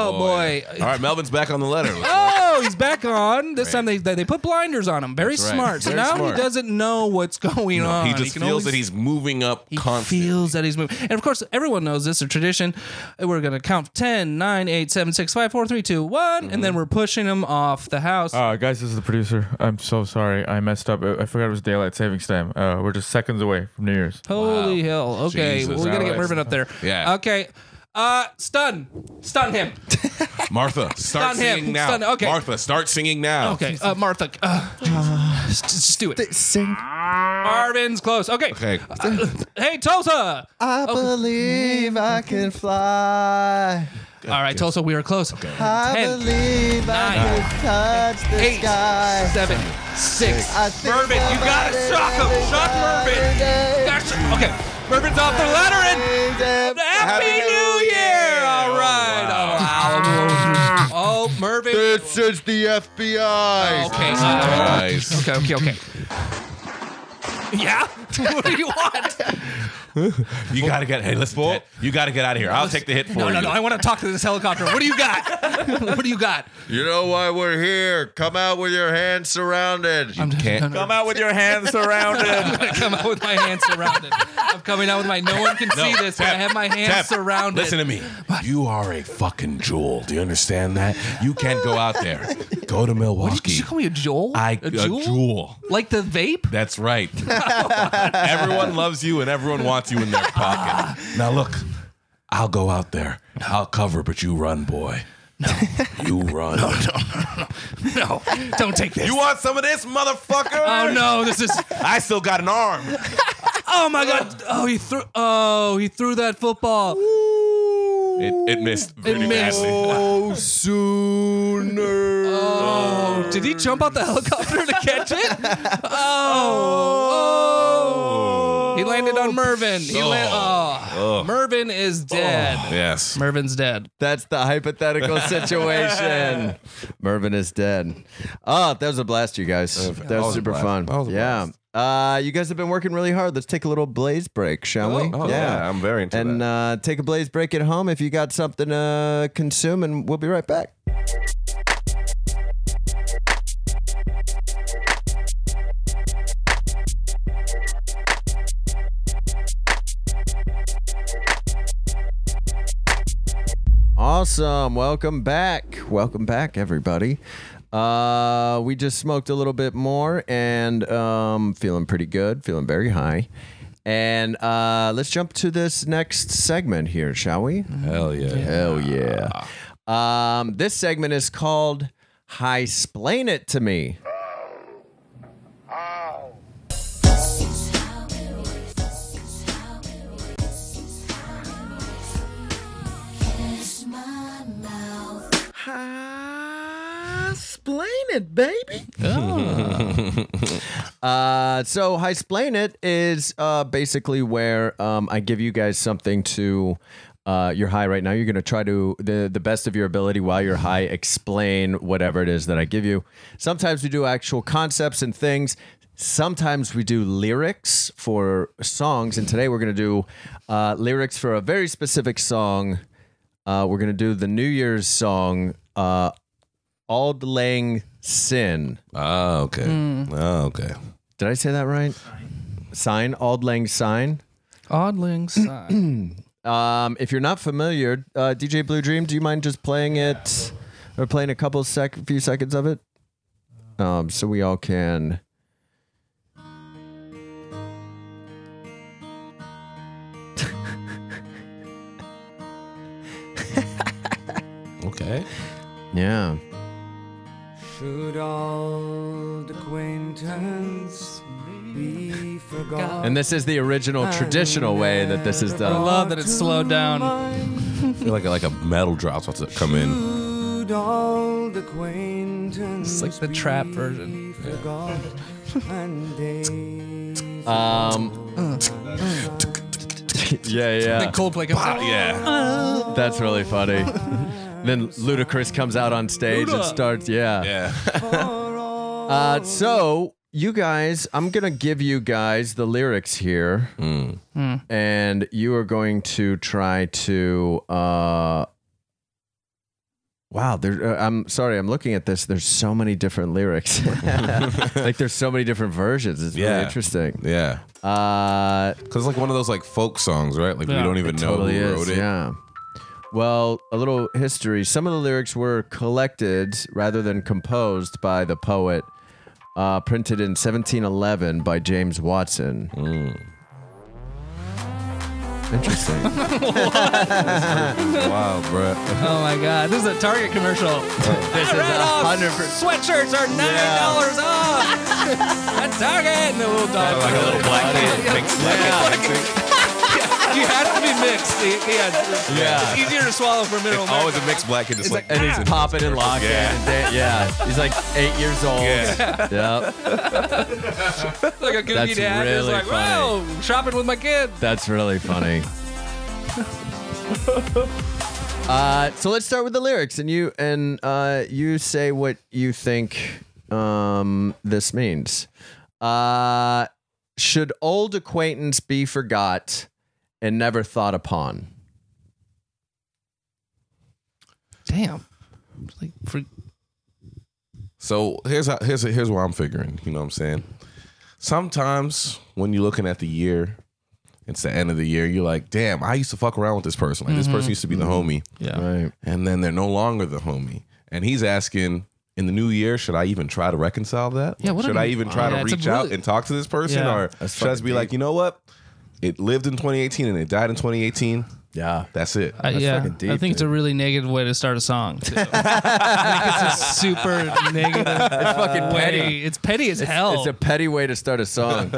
[SPEAKER 5] Oh, boy.
[SPEAKER 3] All right, Melvin's back on the letter.
[SPEAKER 5] Oh, he's back on. This time they, they they put blinders on him. Very
[SPEAKER 3] That's right.
[SPEAKER 5] smart. So
[SPEAKER 3] Very
[SPEAKER 5] now
[SPEAKER 3] smart.
[SPEAKER 5] he doesn't know what's going on.
[SPEAKER 3] he just
[SPEAKER 5] can
[SPEAKER 3] feels
[SPEAKER 5] only
[SPEAKER 3] that he's moving up
[SPEAKER 5] He
[SPEAKER 3] constantly.
[SPEAKER 5] feels that he's moving. And of course, everyone knows this, a tradition. We're going to count 10, 9, 8, 7, 6, 5, 4, 3, 2, 1, and
[SPEAKER 3] Mm-hmm.
[SPEAKER 5] then we're pushing him off the house.
[SPEAKER 3] Oh,
[SPEAKER 4] Uh, guys, this is the producer. I'm so sorry. I messed up. I I forgot it was daylight savings time. Uh, we're just seconds away from New Year's.
[SPEAKER 5] Holy hell. Okay.
[SPEAKER 3] Jesus,
[SPEAKER 5] well, we got to get
[SPEAKER 3] alright.
[SPEAKER 5] Mervin up there.
[SPEAKER 3] Yeah.
[SPEAKER 5] Okay. Uh, stun. Stun him.
[SPEAKER 3] Martha, start
[SPEAKER 5] Stun him.
[SPEAKER 3] singing now.
[SPEAKER 5] Stun- okay.
[SPEAKER 3] Martha, start singing now.
[SPEAKER 5] Okay. Uh, Martha. Uh, just, just do it. Marvin's close. Okay.
[SPEAKER 3] Okay.
[SPEAKER 5] Hey, Tulsa.
[SPEAKER 2] I believe I can fly.
[SPEAKER 5] All right, Tulsa, we are close. Okay.
[SPEAKER 2] I
[SPEAKER 5] 10,
[SPEAKER 2] believe I
[SPEAKER 5] nine,
[SPEAKER 2] can touch the
[SPEAKER 5] eight,
[SPEAKER 2] sky.
[SPEAKER 5] seven, six.
[SPEAKER 2] I think
[SPEAKER 5] Mervin, you gotta
[SPEAKER 2] about it
[SPEAKER 5] shock him.
[SPEAKER 2] every
[SPEAKER 5] Shock Mervin.
[SPEAKER 2] other day.
[SPEAKER 5] Gosh, okay. Mervin's off the ladder and
[SPEAKER 2] Things that-
[SPEAKER 5] Happy New Year! All right. Oh, wow. Oh, Mervin.
[SPEAKER 2] This is the FBI.
[SPEAKER 5] Okay. uh,
[SPEAKER 3] Nice.
[SPEAKER 5] okay, okay, okay. Yeah? what do you want?
[SPEAKER 3] You gotta get. Hey, listen, Ted, you gotta get out of here. I'll take the hit for
[SPEAKER 5] No,
[SPEAKER 3] you.
[SPEAKER 5] no, no. I want to talk to this helicopter. What do you got? what do you got?
[SPEAKER 2] You know why we're here. Come out with your hands surrounded.
[SPEAKER 5] I'm just
[SPEAKER 3] can't-
[SPEAKER 5] gonna
[SPEAKER 8] Come out with your hands surrounded.
[SPEAKER 5] come out with my hands surrounded. I'm coming out with my. No one can see this, but I have my hands
[SPEAKER 3] Ted,
[SPEAKER 5] surrounded.
[SPEAKER 3] Listen to me. You are a fucking jewel. Do you understand that? You can't go out there. Go to
[SPEAKER 5] What did
[SPEAKER 3] Milwaukee.
[SPEAKER 5] you call me a Joel?
[SPEAKER 3] I
[SPEAKER 5] a jewel? Like the vape?
[SPEAKER 3] That's right. everyone loves you and everyone wants you in their pocket. Now look, I'll go out there. I'll cover, but you run, boy. No. You run.
[SPEAKER 5] No, don't take this.
[SPEAKER 3] You want some of this, motherfucker?
[SPEAKER 5] oh no, this is.
[SPEAKER 3] I still got an arm.
[SPEAKER 5] Oh my god. Oh, he threw. Oh, he threw that football.
[SPEAKER 3] It, it missed
[SPEAKER 5] It
[SPEAKER 3] pretty
[SPEAKER 5] missed.
[SPEAKER 3] badly.
[SPEAKER 2] Oh, sooner.
[SPEAKER 5] Oh, did he jump out the helicopter to catch it? Oh. oh. He landed on Mervin. He
[SPEAKER 3] Oh.
[SPEAKER 5] land- oh. Mervin is dead.
[SPEAKER 3] Yes.
[SPEAKER 5] Mervin's dead.
[SPEAKER 2] That's the hypothetical situation. Mervin is dead. Oh, that was a blast, you guys. That was
[SPEAKER 3] was a
[SPEAKER 2] super
[SPEAKER 3] blast.
[SPEAKER 2] fun.
[SPEAKER 3] That was a
[SPEAKER 2] yeah. Uh, you guys have been working really hard. Let's take a little blaze break, shall we?
[SPEAKER 3] Oh, yeah. I'm very into
[SPEAKER 2] and
[SPEAKER 3] that.
[SPEAKER 2] uh, take a blaze break at home if you got something to consume, and we'll be right back. Awesome. Welcome back. Welcome back, everybody. Uh, we just smoked a little bit more and um, feeling pretty good, feeling very high. And uh, let's jump to this next segment here, shall we?
[SPEAKER 3] Hell yeah.
[SPEAKER 2] Hell yeah. Um, this segment is called High Splain It to Me. Splain it, baby. uh, so, I splain it is uh, basically where um, I give you guys something to. Uh, you're high right now. You're going to try to the the best of your ability while you're high explain whatever it is that I give you. Sometimes we do actual concepts and things. Sometimes we do lyrics for songs, and today we're going to do uh, lyrics for a very specific song. Uh, we're going to do the New Year's song uh, Auld Lang Sin.
[SPEAKER 3] Oh, okay. Oh, okay.
[SPEAKER 2] Did I say that right? Sign, Auld Lang Sign.
[SPEAKER 5] Oddling sign.
[SPEAKER 2] Um, if you're not familiar, uh, DJ Blue Dream, do you mind just playing it or playing a couple sec, few seconds of it? um, so we all can.
[SPEAKER 3] Okay.
[SPEAKER 2] Yeah.
[SPEAKER 9] Should old acquaintance be forgotten?
[SPEAKER 2] And this is the original traditional way that this is
[SPEAKER 5] I
[SPEAKER 2] done.
[SPEAKER 5] love that it's slowed down.
[SPEAKER 3] I feel like like a metal drop's about to come in.
[SPEAKER 9] Should old acquaintance
[SPEAKER 5] It's like the trap version.
[SPEAKER 9] be forgotten? And days
[SPEAKER 2] Um, yeah,
[SPEAKER 5] The
[SPEAKER 2] yeah.
[SPEAKER 5] Coldplay comes out.
[SPEAKER 3] Ah, Yeah.
[SPEAKER 2] That's really funny. then Ludacris comes out on stage and starts, yeah.
[SPEAKER 3] Yeah.
[SPEAKER 2] Uh, so you guys, I'm gonna give you guys the lyrics here, and you are going to try to. Uh, wow, there. Uh, I'm sorry, I'm looking at this. There's so many different lyrics. like there's so many different versions. It's really
[SPEAKER 3] Yeah.
[SPEAKER 2] interesting.
[SPEAKER 3] Yeah.
[SPEAKER 2] Uh,
[SPEAKER 3] Cause it's like one of those like folk songs, right? Like
[SPEAKER 5] Yeah.
[SPEAKER 3] we don't even know
[SPEAKER 2] totally
[SPEAKER 3] who
[SPEAKER 2] is.
[SPEAKER 3] wrote it.
[SPEAKER 2] Yeah. Well, a little history. Some of the lyrics were collected rather than composed by the poet, uh, printed in 1711 by James Watson. Interesting.
[SPEAKER 3] Wow, bro.
[SPEAKER 5] Oh my god, this is a Target commercial.
[SPEAKER 2] this is a 100%.
[SPEAKER 5] Sweatshirts are nine dollars off at Target. And the little
[SPEAKER 2] Oh
[SPEAKER 5] dog.
[SPEAKER 3] Like a little black kid. Big black kid.
[SPEAKER 5] you have to be mixed. Yeah,
[SPEAKER 2] Yeah.
[SPEAKER 5] it's easier to swallow for middle.
[SPEAKER 3] Oh, It's always a mixed black kid. It's like,
[SPEAKER 2] And he's popping and locking.
[SPEAKER 3] Yeah.
[SPEAKER 2] And dan- yeah. He's like eight years old.
[SPEAKER 3] Yeah.
[SPEAKER 2] Yep.
[SPEAKER 5] like a goofy
[SPEAKER 2] That's
[SPEAKER 5] dad is
[SPEAKER 2] really
[SPEAKER 5] like,
[SPEAKER 2] funny.
[SPEAKER 5] "Whoa, shopping with my kid."
[SPEAKER 2] That's really funny. uh, so let's start with the lyrics, and you and uh, you say what you think um, this means. Uh, should old acquaintance be forgot and never thought upon?
[SPEAKER 5] Damn. It's Like for,
[SPEAKER 3] So here's how, here's here's what I'm figuring. You know what I'm saying? Sometimes when you're looking at the year, it's the end of the year. You're like, damn, I used to fuck around with this person. Like this person used to be the homie,
[SPEAKER 5] Mm-hmm. yeah.
[SPEAKER 2] Right.
[SPEAKER 3] and then they're no longer the homie. And he's asking, in the new year, should I even try to reconcile that?
[SPEAKER 5] Yeah, what
[SPEAKER 3] should
[SPEAKER 5] a-
[SPEAKER 3] I even try
[SPEAKER 5] Yeah,
[SPEAKER 3] to
[SPEAKER 5] it's a
[SPEAKER 3] reach
[SPEAKER 5] really-
[SPEAKER 3] out and talk to this person,
[SPEAKER 5] Yeah.
[SPEAKER 3] or
[SPEAKER 2] That's
[SPEAKER 3] should I just
[SPEAKER 2] fucking
[SPEAKER 3] be like, you know what? It lived in 2018 and it died in 2018.
[SPEAKER 2] Yeah.
[SPEAKER 3] That's it.
[SPEAKER 5] I, Uh, yeah,
[SPEAKER 2] fucking deep,
[SPEAKER 5] I think it's a really negative way to start a song. Too. I think it's a super negative. It's
[SPEAKER 2] fucking petty.
[SPEAKER 5] It's petty as hell.
[SPEAKER 2] It's a petty way to start a song.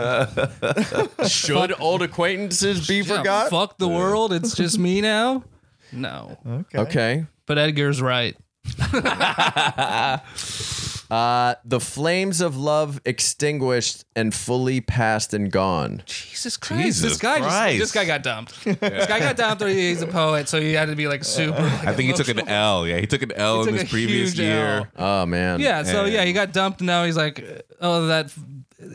[SPEAKER 2] Should old acquaintances be
[SPEAKER 5] Yeah,
[SPEAKER 2] forgot?
[SPEAKER 5] Fuck the world. It's just me now. No,
[SPEAKER 2] Okay.
[SPEAKER 5] but Edgar's right.
[SPEAKER 2] Uh, the flames of love extinguished and fully past and gone.
[SPEAKER 5] Jesus Christ! this
[SPEAKER 3] Jesus
[SPEAKER 5] guy
[SPEAKER 3] Christ.
[SPEAKER 5] just this guy got dumped. This guy got dumped. Or he's a poet, so he had to be like super.
[SPEAKER 3] I think he took an L. Yeah, he took an L
[SPEAKER 5] took
[SPEAKER 3] in
[SPEAKER 5] a
[SPEAKER 3] his previous
[SPEAKER 5] huge
[SPEAKER 3] year.
[SPEAKER 5] L.
[SPEAKER 2] Oh man.
[SPEAKER 5] Yeah. So
[SPEAKER 3] And-
[SPEAKER 5] yeah, he got dumped. Now he's like, oh that,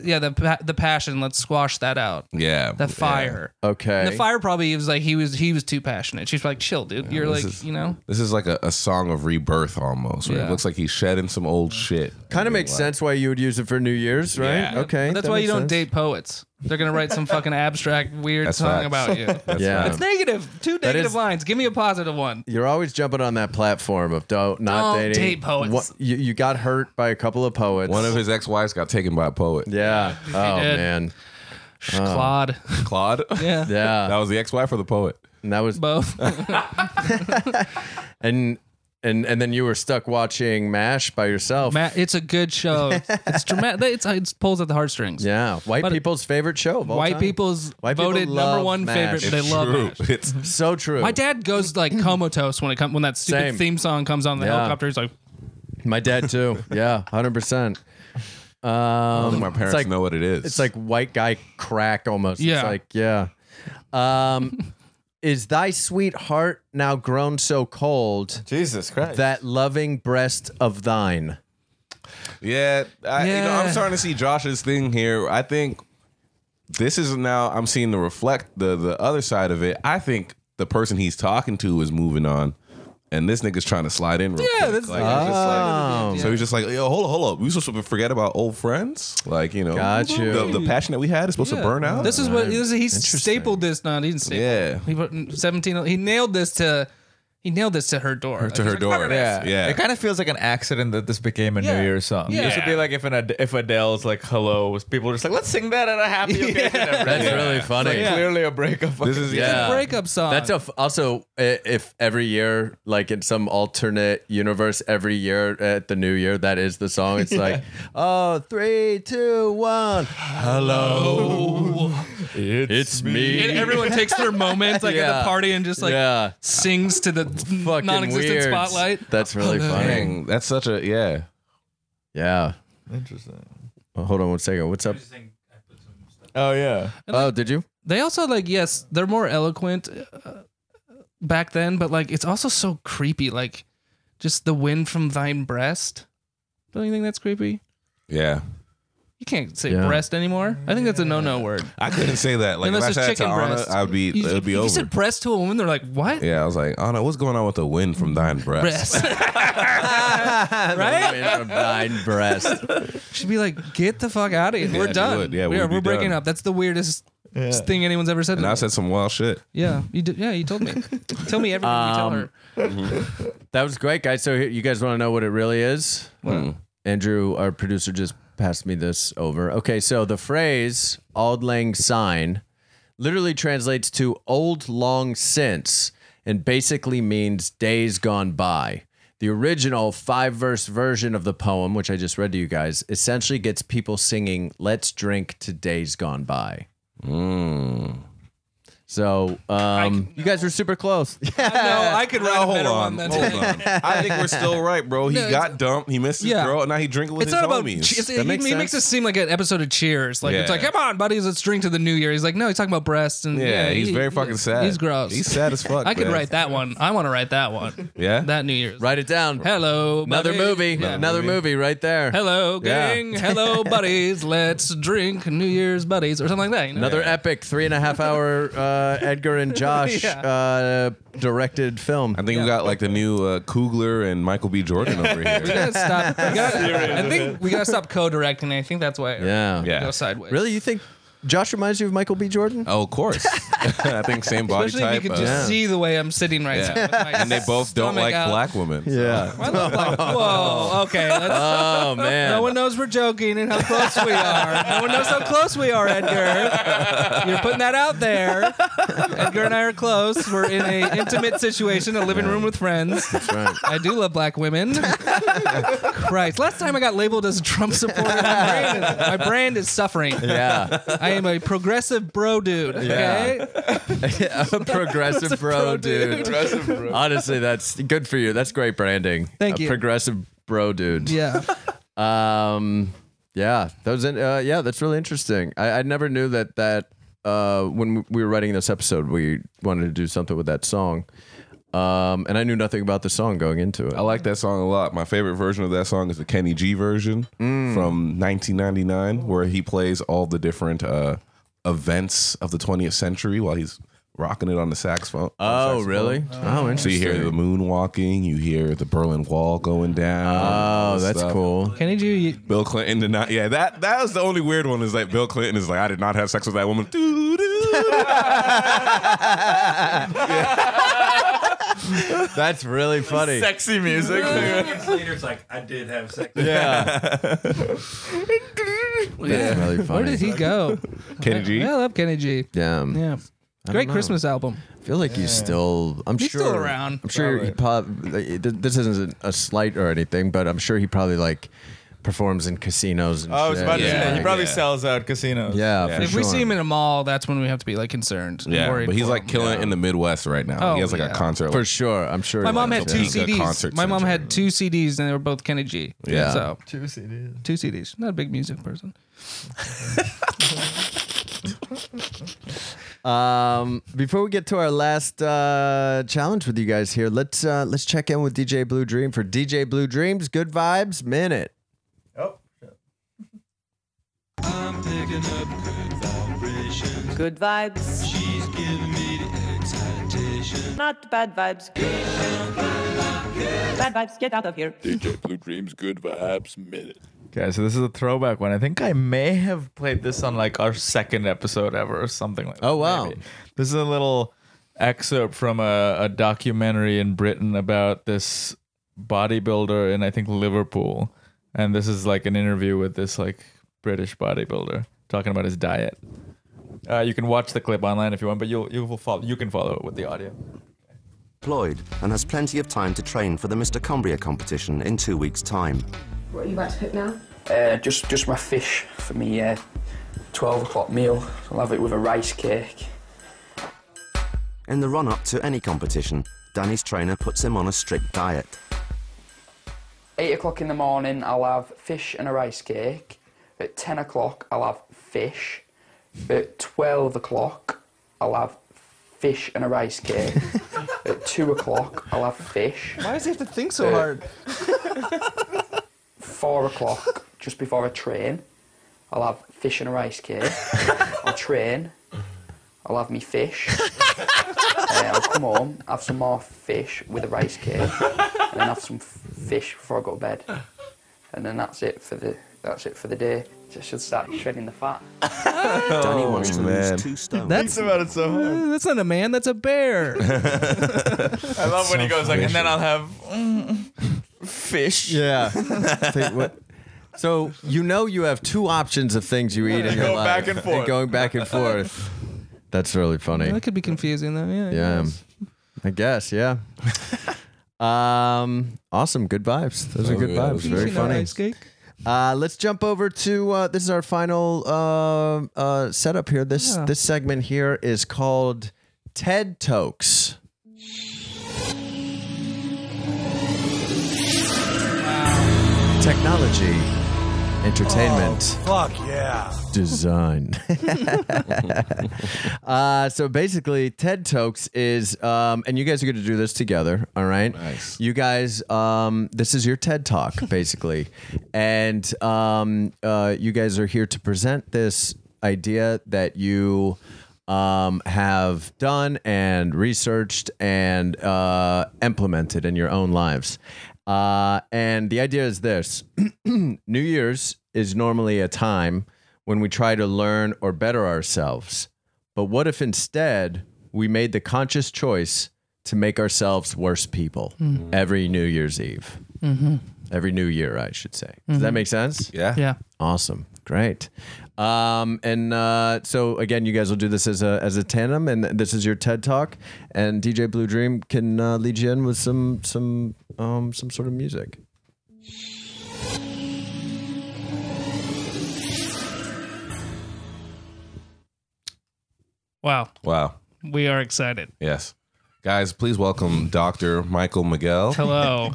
[SPEAKER 5] yeah the pa- the passion. Let's squash that out.
[SPEAKER 3] Yeah,
[SPEAKER 5] That fire.
[SPEAKER 2] Okay.
[SPEAKER 5] And the fire probably was like he was he was too passionate. She's like, chill, dude. You're
[SPEAKER 3] this
[SPEAKER 5] like
[SPEAKER 3] is-
[SPEAKER 5] you know.
[SPEAKER 3] This is like a, a song of rebirth almost. Right?
[SPEAKER 5] Yeah.
[SPEAKER 3] It looks like he's shedding some old shit.
[SPEAKER 2] Kind of makes sense why you would use it for New Year's, right?
[SPEAKER 3] Yeah.
[SPEAKER 2] Okay.
[SPEAKER 5] That's
[SPEAKER 2] that
[SPEAKER 5] why you
[SPEAKER 2] makes
[SPEAKER 5] don't
[SPEAKER 2] sense.
[SPEAKER 5] date poets. They're gonna write some fucking abstract weird
[SPEAKER 3] That's
[SPEAKER 5] song
[SPEAKER 3] facts.
[SPEAKER 5] about you.
[SPEAKER 2] Yeah.
[SPEAKER 5] It's negative. Two negative
[SPEAKER 2] is-
[SPEAKER 5] lines. Give me a positive one.
[SPEAKER 2] You're always jumping on that platform of don't not
[SPEAKER 5] Don't
[SPEAKER 2] dating
[SPEAKER 5] date poets.
[SPEAKER 2] What- you, you got hurt by a couple of poets.
[SPEAKER 3] One of his ex-wives got taken by a poet.
[SPEAKER 2] Yeah. Oh
[SPEAKER 5] did.
[SPEAKER 2] man.
[SPEAKER 5] Claude.
[SPEAKER 3] Claude.
[SPEAKER 5] Yeah.
[SPEAKER 3] that
[SPEAKER 2] Yeah.
[SPEAKER 3] was the ex-wife or the poet.
[SPEAKER 2] And that was
[SPEAKER 5] Both.
[SPEAKER 2] and and and then you were stuck watching Mash by yourself.
[SPEAKER 5] Matt, it's a good show. It's dramatic. It's, it pulls at the heartstrings.
[SPEAKER 2] yeah. White
[SPEAKER 5] But-
[SPEAKER 2] people's favorite show of all
[SPEAKER 5] White
[SPEAKER 2] time.
[SPEAKER 5] people's
[SPEAKER 2] White people
[SPEAKER 5] voted number
[SPEAKER 2] love
[SPEAKER 5] one
[SPEAKER 2] MASH.
[SPEAKER 5] favorite. They love
[SPEAKER 3] True.
[SPEAKER 5] MASH.
[SPEAKER 3] It's
[SPEAKER 2] So true.
[SPEAKER 5] My dad goes like comatose when it comes when that stupid
[SPEAKER 2] Mm. Same.
[SPEAKER 5] theme song comes on the
[SPEAKER 2] Yeah.
[SPEAKER 5] helicopter. He's like,
[SPEAKER 2] My dad too. Yeah, hundred percent.
[SPEAKER 3] I don't think my parents
[SPEAKER 2] like-
[SPEAKER 3] know what it is.
[SPEAKER 2] It's like white guy crack almost.
[SPEAKER 5] Yeah.
[SPEAKER 2] It's like, yeah. Um, is thy sweet heart now grown so cold
[SPEAKER 8] Jesus Christ.
[SPEAKER 2] that loving breast of thine?
[SPEAKER 3] yeah, I, You know,
[SPEAKER 5] Yeah.
[SPEAKER 3] I'm starting to see Josh's thing here. I think this is now. I'm seeing the reflect the the other side of it. I think the person he's talking to is moving on, and this nigga's trying to slide in. Real
[SPEAKER 5] Yeah,
[SPEAKER 3] quick.
[SPEAKER 5] that's-
[SPEAKER 3] like, it's just like-
[SPEAKER 2] Oh.
[SPEAKER 3] So he's just like, yo, hold up, hold up. We supposed to forget about old friends? Like, you know,
[SPEAKER 2] Got you.
[SPEAKER 3] The, the passion that we had is supposed
[SPEAKER 5] Yeah.
[SPEAKER 3] to burn out.
[SPEAKER 5] This is what this is, he stapled this. No, he didn't staple.
[SPEAKER 3] yeah.
[SPEAKER 5] He put in seventeen. He nailed this to he nailed this to her door.
[SPEAKER 3] to her door.
[SPEAKER 4] Yeah.
[SPEAKER 3] Yeah.
[SPEAKER 4] It kind of feels like an accident that this became a
[SPEAKER 5] Yeah.
[SPEAKER 4] New Year's song.
[SPEAKER 5] Yeah.
[SPEAKER 4] This would be like if an Ad- if Adele's like "Hello" was people were just like, "Let's sing that at a happy occasion." every
[SPEAKER 2] That's
[SPEAKER 4] year."
[SPEAKER 2] really
[SPEAKER 4] It's
[SPEAKER 2] funny.
[SPEAKER 4] like
[SPEAKER 2] Yeah.
[SPEAKER 4] Clearly a breakup.
[SPEAKER 3] This is
[SPEAKER 2] Yeah.
[SPEAKER 5] It's a breakup song.
[SPEAKER 2] That's a f- also i- if every year, like in some alternate universe, every year at the new year, that is the song. It's like, oh, three, two, one, hello, it's, me.
[SPEAKER 5] And everyone takes their moments like at
[SPEAKER 2] Yeah.
[SPEAKER 5] the party and just like
[SPEAKER 2] yeah,
[SPEAKER 5] sings to the
[SPEAKER 2] fucking
[SPEAKER 5] non-existent
[SPEAKER 2] weird.
[SPEAKER 5] spotlight. Oh,
[SPEAKER 2] That's really funny.
[SPEAKER 3] Dang, that's such a yeah.
[SPEAKER 2] Yeah.
[SPEAKER 4] interesting.
[SPEAKER 2] Well, hold on one second. What's up?
[SPEAKER 4] Oh yeah.
[SPEAKER 2] Oh, did you?
[SPEAKER 5] They also like yes, they're more eloquent uh, back then, but like it's also so creepy. Like just the wind from thine breast. Don't you think that's creepy?
[SPEAKER 3] Yeah.
[SPEAKER 5] You can't say
[SPEAKER 2] Yeah.
[SPEAKER 5] breast anymore. I think that's a no-no word.
[SPEAKER 3] I couldn't say that. Like
[SPEAKER 5] Unless
[SPEAKER 3] if I
[SPEAKER 5] it's
[SPEAKER 3] said that to
[SPEAKER 5] chicken
[SPEAKER 3] Anna,
[SPEAKER 5] breast.
[SPEAKER 3] I'd be
[SPEAKER 5] You,
[SPEAKER 3] it'd be
[SPEAKER 5] you
[SPEAKER 3] over.
[SPEAKER 5] said breast to a woman, they're like, what?
[SPEAKER 3] yeah, I was like, Anna, what's going on with the wind from thine
[SPEAKER 5] Mm.
[SPEAKER 3] breast?
[SPEAKER 5] Breast.
[SPEAKER 2] right? From thine breast.
[SPEAKER 5] She'd be like, get the fuck out of here. we're
[SPEAKER 3] you
[SPEAKER 5] done.
[SPEAKER 3] would. Yeah,
[SPEAKER 5] we
[SPEAKER 3] we'd
[SPEAKER 5] are.
[SPEAKER 3] be
[SPEAKER 5] We're breaking
[SPEAKER 3] done.
[SPEAKER 5] up. That's the weirdest
[SPEAKER 4] Yeah.
[SPEAKER 5] thing anyone's ever said.
[SPEAKER 3] And
[SPEAKER 5] to
[SPEAKER 3] I
[SPEAKER 5] me.
[SPEAKER 3] said some wild shit.
[SPEAKER 5] yeah, you did. Yeah, you told me. tell me everything you tell
[SPEAKER 2] Um,
[SPEAKER 5] her.
[SPEAKER 2] That was great, guys. So here- you guys want to know what it really is?
[SPEAKER 3] Hmm.
[SPEAKER 2] Andrew, our producer, just passed me this over. Okay, so the phrase "auld lang syne" literally translates to "old long since" and basically means days gone by. The original five verse version of the poem, which I just read to you guys, essentially gets people singing "Let's drink to days gone by." So um, you guys were super close.
[SPEAKER 5] No, I could
[SPEAKER 3] No,
[SPEAKER 5] write a
[SPEAKER 3] hold
[SPEAKER 5] better
[SPEAKER 3] on.
[SPEAKER 5] one.
[SPEAKER 3] Hold
[SPEAKER 5] Than
[SPEAKER 3] on. I think we're still right, bro. He
[SPEAKER 5] No,
[SPEAKER 3] got dumped. He missed his
[SPEAKER 5] Yeah.
[SPEAKER 3] girl, and now he drinking with
[SPEAKER 5] It's
[SPEAKER 3] his
[SPEAKER 5] not about.
[SPEAKER 3] homies.
[SPEAKER 5] Che- it's-
[SPEAKER 2] That
[SPEAKER 5] he,
[SPEAKER 2] makes
[SPEAKER 5] he makes it
[SPEAKER 2] sense.
[SPEAKER 5] seem like an episode of Cheers. Like it's
[SPEAKER 3] Yeah.
[SPEAKER 5] like, come on, buddies, let's drink to the New Year. He's like, no, he's talking about breasts and
[SPEAKER 3] yeah, he's
[SPEAKER 5] he-
[SPEAKER 3] very fucking sad.
[SPEAKER 5] He's gross.
[SPEAKER 3] He's sad as fuck.
[SPEAKER 5] I could
[SPEAKER 3] man.
[SPEAKER 5] write that one. I want to write that one.
[SPEAKER 3] Yeah,
[SPEAKER 5] That New Year's.
[SPEAKER 2] Write it down.
[SPEAKER 5] Hello,
[SPEAKER 2] Another
[SPEAKER 5] buddies.
[SPEAKER 2] movie.
[SPEAKER 5] Yeah.
[SPEAKER 2] Another movie right there.
[SPEAKER 5] Hello,
[SPEAKER 3] Yeah.
[SPEAKER 5] gang. Hello, buddies. Let's drink New Year's buddies or something like that. You know?
[SPEAKER 2] Another epic three and a half hour uh, Edgar and Josh
[SPEAKER 5] Yeah.
[SPEAKER 2] uh, directed film.
[SPEAKER 3] I think we got like the new uh, Kugler and Michael B. Jordan over here.
[SPEAKER 5] gotta stop. we gotta- I think we gotta stop co-directing. I think that's why.
[SPEAKER 2] Yeah.
[SPEAKER 5] Go
[SPEAKER 3] Yeah.
[SPEAKER 5] sideways.
[SPEAKER 2] Really? You think Josh reminds you of Michael B. Jordan?
[SPEAKER 3] Oh, of course. I think same body
[SPEAKER 5] Especially
[SPEAKER 3] type.
[SPEAKER 5] if you could
[SPEAKER 3] uh,
[SPEAKER 5] just
[SPEAKER 2] Yeah.
[SPEAKER 5] see the way I'm sitting right
[SPEAKER 3] Yeah.
[SPEAKER 5] now. with my
[SPEAKER 3] and they both don't
[SPEAKER 5] stomach
[SPEAKER 3] like
[SPEAKER 5] out.
[SPEAKER 3] black women. so-
[SPEAKER 2] Yeah.
[SPEAKER 5] I love black. Whoa. Okay. Let's,
[SPEAKER 2] Oh man.
[SPEAKER 5] no one knows we're joking and how close we are. No one knows how close we are, Edgar. You're putting that out there. Edgar and I are close. We're in a intimate situation, a living room with friends.
[SPEAKER 2] Right.
[SPEAKER 5] I do love black women. Christ. Last time I got labeled as a Trump supporter, my brand is, my brand is suffering.
[SPEAKER 2] Yeah.
[SPEAKER 5] I am a progressive bro dude. Okay.
[SPEAKER 2] A progressive bro,
[SPEAKER 5] pro
[SPEAKER 2] dude.
[SPEAKER 5] dude.
[SPEAKER 2] Honestly, that's good for you. That's great branding.
[SPEAKER 5] Thank
[SPEAKER 2] A
[SPEAKER 5] you.
[SPEAKER 2] Progressive bro, dude.
[SPEAKER 5] Yeah.
[SPEAKER 2] Um, yeah, that was in, uh, yeah, that's really interesting. I, I never knew that that uh, when we were writing this episode, we wanted to do something with that song, um, and I knew nothing about the song going into it.
[SPEAKER 3] I like that song a lot. My favorite version of that song is the Kenny G version
[SPEAKER 2] Mm.
[SPEAKER 3] from 1999, where he plays all the different uh, events of the 20th century while he's rocking it on the saxophone. on the
[SPEAKER 2] Oh,
[SPEAKER 3] saxophone.
[SPEAKER 2] really? Oh,
[SPEAKER 3] So you
[SPEAKER 2] interesting.
[SPEAKER 3] hear the moon walking, you hear the Berlin Wall going down. all
[SPEAKER 2] Oh,
[SPEAKER 3] this
[SPEAKER 2] that's
[SPEAKER 3] stuff.
[SPEAKER 2] cool.
[SPEAKER 5] Kenny G, you,
[SPEAKER 3] Bill Clinton did not. Yeah, that that was the only weird one. Is like Bill Clinton is like, I did not have sex with that woman. Doo-doo.
[SPEAKER 2] That's really funny.
[SPEAKER 4] Sexy music.
[SPEAKER 8] Later, it's like I did have sex.
[SPEAKER 2] Yeah. That's really funny.
[SPEAKER 5] where did he go?
[SPEAKER 3] Kenny G.
[SPEAKER 5] Yeah, I love Kenny G.
[SPEAKER 2] Damn.
[SPEAKER 5] Yeah. Great
[SPEAKER 2] know.
[SPEAKER 5] Christmas album.
[SPEAKER 2] I feel like he's still. I'm
[SPEAKER 5] He's
[SPEAKER 2] sure
[SPEAKER 5] still around,
[SPEAKER 2] I'm sure he probably. This isn't a slight or anything, but I'm sure he probably like performs in casinos. And
[SPEAKER 4] Oh, I was
[SPEAKER 2] shit.
[SPEAKER 4] about to
[SPEAKER 3] Yeah.
[SPEAKER 4] say he probably
[SPEAKER 3] Yeah.
[SPEAKER 4] sells out casinos.
[SPEAKER 2] Yeah, for
[SPEAKER 5] if
[SPEAKER 2] sure.
[SPEAKER 5] we see him in a mall, that's when we have to be like concerned. and
[SPEAKER 3] Yeah,
[SPEAKER 5] worried
[SPEAKER 3] but he's
[SPEAKER 5] for
[SPEAKER 3] like
[SPEAKER 5] him.
[SPEAKER 3] killing it in the Midwest right now.
[SPEAKER 5] Oh,
[SPEAKER 3] he has like a
[SPEAKER 5] yeah.
[SPEAKER 3] concert.
[SPEAKER 2] for
[SPEAKER 3] like,
[SPEAKER 2] sure. I'm sure.
[SPEAKER 5] My
[SPEAKER 2] he
[SPEAKER 5] mom
[SPEAKER 2] was
[SPEAKER 5] had
[SPEAKER 2] a
[SPEAKER 5] two
[SPEAKER 2] big-
[SPEAKER 3] Topeka
[SPEAKER 5] CDs.
[SPEAKER 3] concert
[SPEAKER 5] My mom
[SPEAKER 3] center.
[SPEAKER 5] had two CDs, and they were both Kenny G.
[SPEAKER 3] Yeah.
[SPEAKER 5] So
[SPEAKER 4] Two CDs.
[SPEAKER 5] two CDs. Not a big music person.
[SPEAKER 2] Um, before we get to our last uh, challenge with you guys here, let's uh, let's check in with DJ Blue Dream for DJ Blue Dream's Good Vibes Minute.
[SPEAKER 4] Oh.
[SPEAKER 1] Good vibes. She's giving me the excitation. Not bad vibes. Bad vibes, get out of here.
[SPEAKER 4] Okay, so this is a throwback one. I think I may have played this on like our second episode ever or something like that.
[SPEAKER 2] Oh, wow.
[SPEAKER 4] maybe. This is a little excerpt from a, a documentary in Britain about this bodybuilder in I think Liverpool, and this is like an interview with this like British bodybuilder talking about his diet. Uh, you can watch the clip online if you want, but you'll you will follow you can follow it with the audio.
[SPEAKER 10] employed and has plenty of time to train for the Mr. Cumbria competition in two weeks' time.
[SPEAKER 11] What are you about to cook now?
[SPEAKER 12] Uh, just just my fish for me. Uh, Twelve o'clock meal. I'll have it with a rice cake.
[SPEAKER 10] In the run up to any competition, Danny's trainer puts him on a strict diet.
[SPEAKER 12] Eight o'clock in the morning, I'll have fish and a rice cake. At ten o'clock, I'll have fish. At twelve o'clock, I'll have fish and a rice cake. At two o'clock, I'll have fish.
[SPEAKER 13] Why does he have to think so
[SPEAKER 12] Uh,
[SPEAKER 13] hard?
[SPEAKER 12] four o'clock, just before I train, I'll have fish and a rice cake. I'll train. I'll have me fish. Uh, I'll come home, have some more fish with a rice cake, and then have some f- fish before I go to bed. And then that's it for the that's it for the day. Just should start shredding the fat.
[SPEAKER 10] Danny wants to
[SPEAKER 3] man.
[SPEAKER 10] lose two stones.
[SPEAKER 5] That's
[SPEAKER 4] about it so
[SPEAKER 5] Uh, that's not a man. That's a bear.
[SPEAKER 4] I love when he goes like, and then I'll have mm,
[SPEAKER 2] fish. Yeah. Think what- so you know you have two options of things you eat in your
[SPEAKER 4] Go
[SPEAKER 2] life.
[SPEAKER 4] back and forth.
[SPEAKER 2] going back and forth. That's really funny.
[SPEAKER 5] that could be confusing though. Yeah.
[SPEAKER 2] Yeah. I guess, yeah. um awesome. Good vibes. Those are good
[SPEAKER 3] yeah,
[SPEAKER 2] vibes.
[SPEAKER 3] those are
[SPEAKER 2] Very
[SPEAKER 5] You know,
[SPEAKER 2] funny.
[SPEAKER 5] ice cake.
[SPEAKER 2] Uh, let's jump over to uh, this is our final uh, uh, setup here. This
[SPEAKER 5] Yeah.
[SPEAKER 2] this segment here is called TED Tokes. Technology, entertainment,
[SPEAKER 13] Oh, Fuck yeah.
[SPEAKER 2] design. uh, so basically, TED Talks is, um, and you guys are going to do this together. All right.
[SPEAKER 3] Nice.
[SPEAKER 2] You guys, um, this is your TED Talk, basically. and um, uh, you guys are here to present this idea that you. Um, have done and researched and uh, implemented in your own lives. Uh, and the idea is this New Year's is normally a time when we try to learn or better ourselves. But what if instead we made the conscious choice to make ourselves worse people every New Year's Eve? Every New Year, I should say. Does that make sense?
[SPEAKER 3] Yeah.
[SPEAKER 5] Yeah.
[SPEAKER 2] Awesome. Great. Um, and uh, so again, you guys will do this as a as a tandem, and this is your TED Talk, and DJ Blue Dream can uh, lead you in with some some um, some sort of music.
[SPEAKER 5] Wow.
[SPEAKER 3] Wow.
[SPEAKER 5] We are excited.
[SPEAKER 3] Yes. Guys, please welcome Dr. Michael Miguel.
[SPEAKER 5] Hello.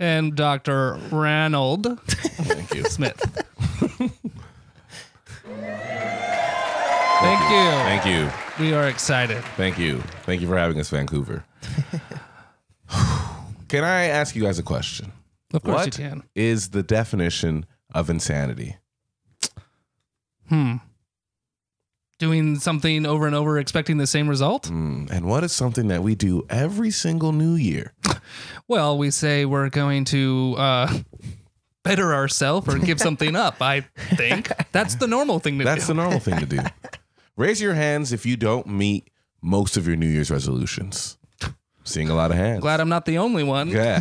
[SPEAKER 5] and Dr. Ranald
[SPEAKER 3] Thank you.
[SPEAKER 5] Smith. Thank you.
[SPEAKER 3] Thank you.
[SPEAKER 5] We are excited.
[SPEAKER 3] Thank you. Thank you for having us, Vancouver. Can I ask you guys a question?
[SPEAKER 5] Of course
[SPEAKER 3] What
[SPEAKER 5] you can.
[SPEAKER 3] Is the definition of insanity?
[SPEAKER 5] Hmm. Doing something over and over, expecting the same result?
[SPEAKER 3] Mm, And what is something that we do every single new year?
[SPEAKER 5] Well, we say we're going to uh, better ourselves or give something up. I think that's the normal thing to
[SPEAKER 3] That's
[SPEAKER 5] do.
[SPEAKER 3] the normal thing to do. Raise your hands if you don't meet most of your New Year's resolutions. Seeing a lot of hands.
[SPEAKER 5] Glad I'm not the only one.
[SPEAKER 3] yeah.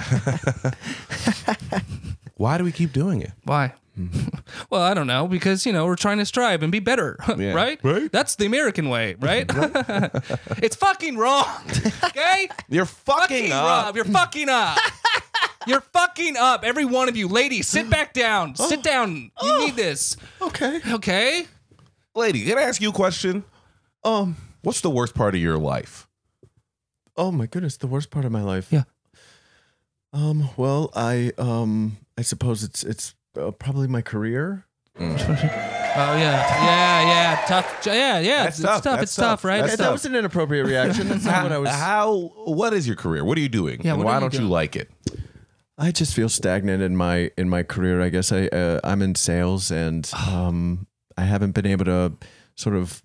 [SPEAKER 3] Why do we keep doing it?
[SPEAKER 5] Why?
[SPEAKER 3] Mm-hmm.
[SPEAKER 5] well, I don't know because you know we're trying to strive and be better,
[SPEAKER 3] Yeah.
[SPEAKER 5] right?
[SPEAKER 3] Right.
[SPEAKER 5] That's the American way, right? it's fucking wrong. Okay,
[SPEAKER 3] You're fucking,
[SPEAKER 5] fucking
[SPEAKER 3] up.
[SPEAKER 5] up. You're fucking up. You're fucking up, every one of you. Ladies, sit back down. Sit down. You
[SPEAKER 3] Oh.
[SPEAKER 5] need this.
[SPEAKER 3] Okay.
[SPEAKER 5] Okay.
[SPEAKER 3] Lady, can I ask you a question?
[SPEAKER 2] Um.
[SPEAKER 3] What's the worst part of your life?
[SPEAKER 2] Oh my goodness, the worst part of my life.
[SPEAKER 5] Yeah.
[SPEAKER 2] Um. Well, I um. I suppose it's it's uh, probably my career.
[SPEAKER 5] Oh yeah, yeah, yeah. Tough. Yeah, yeah.
[SPEAKER 3] That's
[SPEAKER 5] it's
[SPEAKER 3] tough.
[SPEAKER 5] tough.
[SPEAKER 3] That's
[SPEAKER 5] It's tough,
[SPEAKER 3] tough.
[SPEAKER 5] right?
[SPEAKER 3] That's
[SPEAKER 5] It's
[SPEAKER 2] that
[SPEAKER 5] tough.
[SPEAKER 2] was an inappropriate reaction. That's not what I was.
[SPEAKER 3] How? What is your career? What are you doing?
[SPEAKER 5] Yeah,
[SPEAKER 3] and
[SPEAKER 5] what
[SPEAKER 3] why
[SPEAKER 5] are you
[SPEAKER 3] don't you
[SPEAKER 5] doing?
[SPEAKER 3] like it?
[SPEAKER 2] I just feel stagnant in my in my career. I guess I uh, I'm in sales and
[SPEAKER 5] Ah.
[SPEAKER 2] um I haven't been able to sort of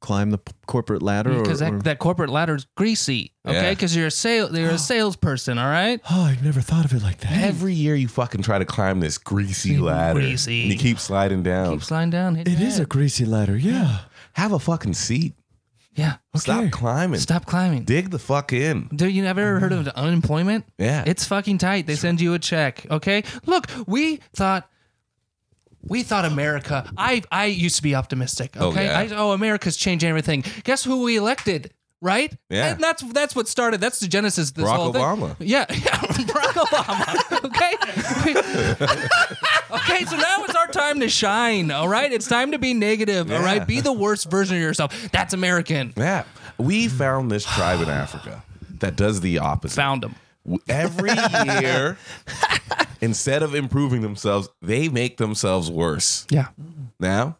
[SPEAKER 2] climb the p- corporate ladder. or-
[SPEAKER 5] because
[SPEAKER 2] or-
[SPEAKER 5] that, that corporate ladder's greasy, okay?
[SPEAKER 3] Yeah.
[SPEAKER 5] Because you're a sale, you're a salesperson, all right?
[SPEAKER 2] oh, I never thought of it like that.
[SPEAKER 3] Every year you fucking try to climb this greasy ladder.
[SPEAKER 5] Greasy.
[SPEAKER 3] And you keep sliding down.
[SPEAKER 5] Keep sliding down. Hit
[SPEAKER 2] It is a greasy ladder. Yeah.
[SPEAKER 3] Have a fucking seat.
[SPEAKER 5] Yeah.
[SPEAKER 3] Stop climbing.
[SPEAKER 5] Stop climbing.
[SPEAKER 3] Dig the fuck in.
[SPEAKER 5] Dude, you never heard of unemployment?
[SPEAKER 3] Oh, Yeah.
[SPEAKER 5] It's fucking tight. They send you a check. Okay. Look, we thought. We thought America. I I used to be optimistic.
[SPEAKER 3] Oh,
[SPEAKER 5] Okay.
[SPEAKER 3] yeah.
[SPEAKER 5] I, oh America's changing everything. Guess who we elected? Right.
[SPEAKER 3] Yeah.
[SPEAKER 5] And that's that's what started. That's the genesis. of This
[SPEAKER 3] Barack
[SPEAKER 5] whole thing.
[SPEAKER 3] Obama.
[SPEAKER 5] Yeah. Barack Obama. Okay. okay. So now it's our time to shine. All right. It's time to be negative. All
[SPEAKER 3] Yeah.
[SPEAKER 5] right. Be the worst version of yourself. That's American.
[SPEAKER 3] Yeah. We found this tribe in Africa that does the opposite.
[SPEAKER 5] Mm. Found them.
[SPEAKER 3] Every year, instead of improving themselves, they make themselves worse.
[SPEAKER 5] Yeah.
[SPEAKER 3] Now,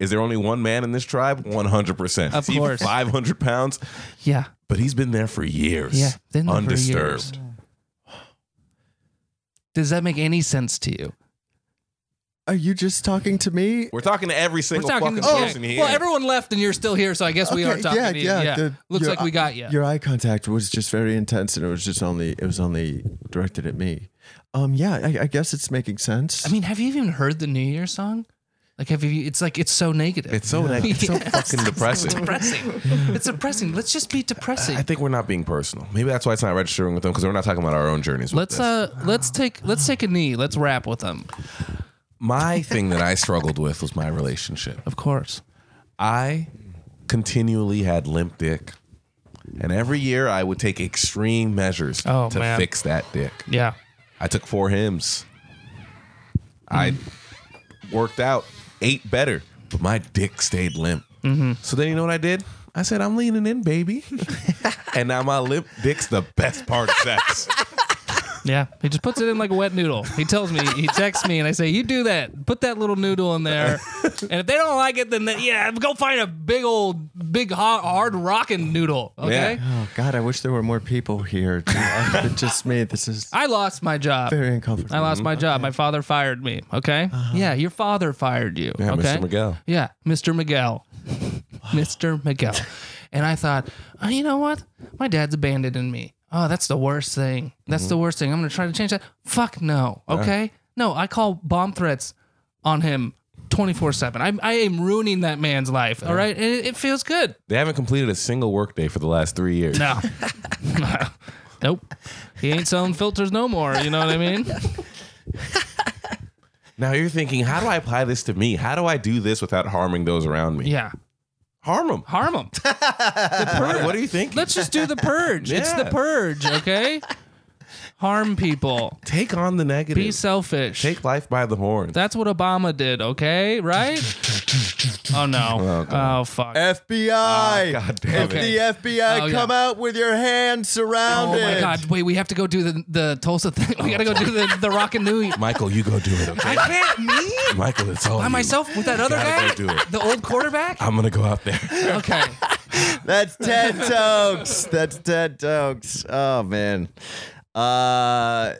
[SPEAKER 3] is there only one man in this tribe? 100%.
[SPEAKER 5] Of
[SPEAKER 3] He's even
[SPEAKER 5] course.
[SPEAKER 3] 500 pounds,
[SPEAKER 5] Yeah.
[SPEAKER 3] but he's been there for years.
[SPEAKER 5] Yeah, been there for
[SPEAKER 3] undisturbed.
[SPEAKER 5] Does that make any sense to you?
[SPEAKER 2] Are you just talking to me?
[SPEAKER 3] We're talking to every single fucking
[SPEAKER 5] oh,
[SPEAKER 3] person here.
[SPEAKER 5] Well, everyone left and you're still here, so I guess we are
[SPEAKER 2] Okay,
[SPEAKER 5] talking to you. Yeah.
[SPEAKER 2] the-
[SPEAKER 5] Looks
[SPEAKER 2] your
[SPEAKER 5] like we
[SPEAKER 2] eye-
[SPEAKER 5] got you.
[SPEAKER 2] Your eye contact was just very intense, and it was just only it was only directed at me. Um, yeah, I, I guess it's making sense.
[SPEAKER 5] I mean, have you even heard the New Year song? Like, have you? It's like it's so negative.
[SPEAKER 3] It's so neg- it's so fucking depressing.
[SPEAKER 5] It's depressing. It's depressing. Let's just be depressing.
[SPEAKER 3] I think we're not being personal. Maybe that's why it's not registering with them because we're not talking about our own journeys. with
[SPEAKER 5] Let's
[SPEAKER 3] this.
[SPEAKER 5] uh, let's take let's take a knee. Let's rap with them.
[SPEAKER 3] My thing that I struggled with was my relationship.
[SPEAKER 5] Of course.
[SPEAKER 3] I continually had limp dick. And every year I would take extreme measures
[SPEAKER 5] Oh,
[SPEAKER 3] to
[SPEAKER 5] man.
[SPEAKER 3] fix that dick.
[SPEAKER 5] Yeah.
[SPEAKER 3] I took four hymns. I
[SPEAKER 5] Mm-hmm.
[SPEAKER 3] worked out, ate better, but my dick stayed limp.
[SPEAKER 5] Mm-hmm.
[SPEAKER 3] So then you know what I did? I said, I'm leaning in, baby. and now my limp dick's the best part of sex.
[SPEAKER 5] Yeah. He just puts it in like a wet noodle. He tells me. He texts me, and I say, "You do that. Put that little noodle in there. And if they don't like it, then they, yeah, go find a big old big hard, hard rocking noodle. Okay.
[SPEAKER 2] Oh God, I wish there were more people here. It's just me. This is
[SPEAKER 5] I lost my job.
[SPEAKER 2] very uncomfortable.
[SPEAKER 5] I lost
[SPEAKER 3] Mm-hmm.
[SPEAKER 5] my job. My father fired me. Okay. Yeah, your father fired you.
[SPEAKER 3] Uh-huh. Yeah,
[SPEAKER 5] okay?
[SPEAKER 3] Mr. Miguel.
[SPEAKER 5] Yeah, Mr. Miguel. Mr. Miguel. And I thought, oh, you know what? My dad's abandoning me. Oh, that's the worst thing. That's the worst thing. I'm going to try to change that. Fuck no. Okay. No, I call bomb threats on him 24 7. I, I am ruining that man's life. All right. And it, it feels good.
[SPEAKER 3] They haven't completed a single workday for the last three years.
[SPEAKER 5] No. nope. He ain't selling filters no more. You know what I mean?
[SPEAKER 3] Now you're thinking, how do I apply this to me? How do I do this without harming those around me?
[SPEAKER 5] Yeah.
[SPEAKER 3] Harm them.
[SPEAKER 5] Harm him.
[SPEAKER 3] What do you think?
[SPEAKER 5] Let's just do the purge. It's the
[SPEAKER 3] Yeah.
[SPEAKER 5] purge, okay? Harm people.
[SPEAKER 3] Take on the negative.
[SPEAKER 5] Be selfish.
[SPEAKER 3] Take life by the horns.
[SPEAKER 5] That's what Obama did, okay? Right? Oh no. Oh, fuck.
[SPEAKER 2] FBI.
[SPEAKER 3] Ah, God damn
[SPEAKER 5] Okay.
[SPEAKER 3] it.
[SPEAKER 2] The FBI,
[SPEAKER 5] Oh, yeah.
[SPEAKER 2] come out with your hands
[SPEAKER 5] Oh
[SPEAKER 2] surrounded.
[SPEAKER 5] my god. Wait, we have to go do the the Tulsa thing. We gotta go do the, the Rockin' New Year.
[SPEAKER 3] Michael, you go do it, okay?
[SPEAKER 5] I can't me
[SPEAKER 3] Michael, it's all
[SPEAKER 5] by
[SPEAKER 3] you.
[SPEAKER 5] myself with that
[SPEAKER 3] You
[SPEAKER 5] other guy?
[SPEAKER 3] gotta go do it.
[SPEAKER 5] The old quarterback?
[SPEAKER 3] I'm gonna go out there.
[SPEAKER 5] Okay.
[SPEAKER 2] That's Ted Tokes. That's Ted Tokes. Oh man, uh,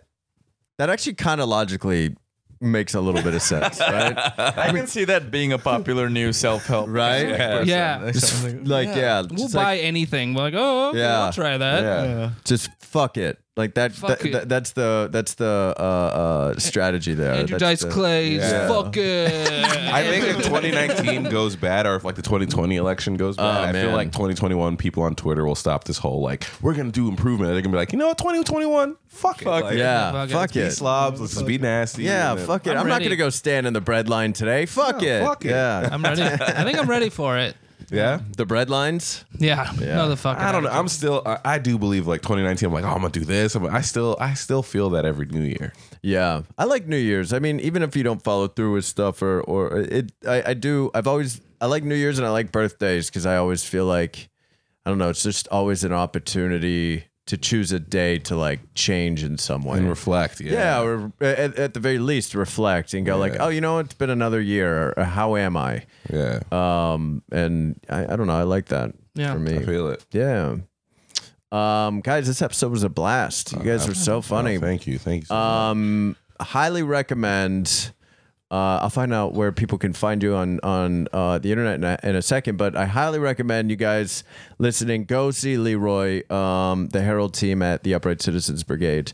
[SPEAKER 2] that actually kind of logically makes a little bit of sense, right?
[SPEAKER 4] I can see that being a popular new self help.
[SPEAKER 2] Right?
[SPEAKER 5] Yeah.
[SPEAKER 2] Just, like yeah,
[SPEAKER 5] We'll
[SPEAKER 2] just
[SPEAKER 5] buy
[SPEAKER 2] like,
[SPEAKER 5] anything. We're like, oh okay,
[SPEAKER 2] Yeah.
[SPEAKER 5] I'll try that.
[SPEAKER 2] Yeah. Uh, just fuck it. Like that.
[SPEAKER 5] Fuck
[SPEAKER 2] that-
[SPEAKER 5] it.
[SPEAKER 2] that- that's the that's the uh, uh, strategy there.
[SPEAKER 5] Andrew
[SPEAKER 2] That's
[SPEAKER 5] Dice
[SPEAKER 2] the-
[SPEAKER 5] Clay's
[SPEAKER 2] Yeah.
[SPEAKER 5] fuck it.
[SPEAKER 3] I think if 2019 goes bad, or if like the 2020 election
[SPEAKER 5] Oh,
[SPEAKER 3] goes bad, I feel
[SPEAKER 2] man.
[SPEAKER 3] like 2021 people on Twitter will stop this whole like we're gonna do improvement. They're gonna be like, you know what, 2021, fuck, it, Like,
[SPEAKER 2] Yeah,
[SPEAKER 5] Fuck it.
[SPEAKER 2] fuck
[SPEAKER 3] be
[SPEAKER 2] it.
[SPEAKER 3] slobs. Let's just be nasty.
[SPEAKER 2] Yeah,
[SPEAKER 3] and then-
[SPEAKER 2] fuck it. I'm,
[SPEAKER 5] I'm
[SPEAKER 2] not
[SPEAKER 5] ready.
[SPEAKER 2] gonna go stand in the bread line today. Fuck it.
[SPEAKER 3] fuck it.
[SPEAKER 2] Yeah,
[SPEAKER 5] I'm ready. I think I'm ready for it.
[SPEAKER 3] Yeah.
[SPEAKER 2] the bread lines.
[SPEAKER 5] Yeah, motherfucker.
[SPEAKER 3] I don't know. I'm still. I, I do believe like 2019. I'm like, oh, I'm gonna do this. I'm, I still. I still feel that every New Year.
[SPEAKER 2] Yeah, I like New Year's. I mean, even if you don't follow through with stuff or or it, I, I do. I've always I like New Year's and I like birthdays because I always feel like I don't know. It's just always an opportunity to choose a day to like change in some way.
[SPEAKER 3] and reflect.
[SPEAKER 2] yeah, or at, at the very least reflect and go like,
[SPEAKER 3] Yeah.
[SPEAKER 2] oh, you know, it's been another year. Or, how am I?
[SPEAKER 3] yeah.
[SPEAKER 2] Um, and I, I don't know. I like that
[SPEAKER 5] Yeah.
[SPEAKER 2] for me.
[SPEAKER 3] I feel it.
[SPEAKER 2] yeah. Um, guys, this episode was a blast. You guys are so funny.
[SPEAKER 3] Oh, thank you. Thank you. so
[SPEAKER 2] Um, highly recommend. Uh, I'll find out where people can find you on on uh, the internet in a, in a second, but I highly recommend you guys listening. Go see Leroy, um, the Herald team at the Upright Citizens Brigade.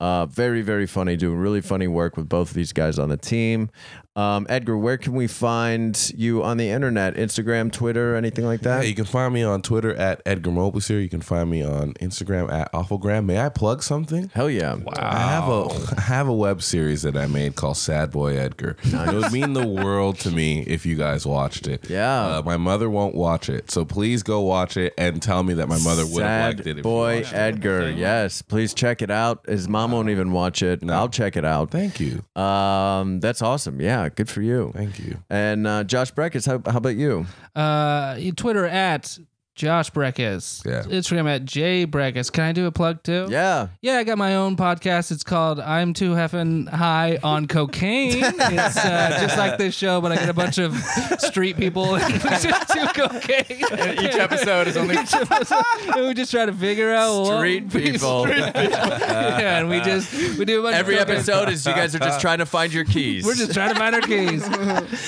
[SPEAKER 2] Uh, very very funny, doing really funny work with both of these guys on the team. Um, Edgar, where can we find you on the internet? Instagram, Twitter, anything like that?
[SPEAKER 3] Yeah, you can find me on Twitter at Edgar Moblisier. You can find me on Instagram at Awfulgram. May I plug something?
[SPEAKER 2] Hell yeah! Wow.
[SPEAKER 3] I have a I have a web series that I made called Sad Boy Edgar. It would mean the world to me if you guys watched it.
[SPEAKER 2] Yeah.
[SPEAKER 3] Uh, my mother won't watch it, so please go watch it and tell me that my mother would have
[SPEAKER 2] Sad
[SPEAKER 3] liked it. If
[SPEAKER 2] boy Edgar. Yes, please check it out. His mom won't even watch it. I'll check it out.
[SPEAKER 3] Thank you.
[SPEAKER 2] Um, that's awesome. Yeah, good for you.
[SPEAKER 3] Thank you.
[SPEAKER 2] And uh, Josh Breckus, how, how about you?
[SPEAKER 5] Uh, Twitter at Josh Breckus.
[SPEAKER 2] Yeah.
[SPEAKER 5] Instagram at J Breckus. Can I do a plug too?
[SPEAKER 2] Yeah.
[SPEAKER 5] Yeah, I got my own podcast. It's called I'm Too Heffin' High on Cocaine. it's uh, just like this show, but I get a bunch of street people to cocaine.
[SPEAKER 4] And each episode is only-
[SPEAKER 5] Each episode- and we just try to figure out what
[SPEAKER 2] Street
[SPEAKER 5] we-
[SPEAKER 2] people.
[SPEAKER 5] Street people. yeah, and we just we do a bunch.
[SPEAKER 2] Every
[SPEAKER 5] of cocaine.
[SPEAKER 2] episode is you guys are just trying to find your keys.
[SPEAKER 5] We're just trying to find our keys.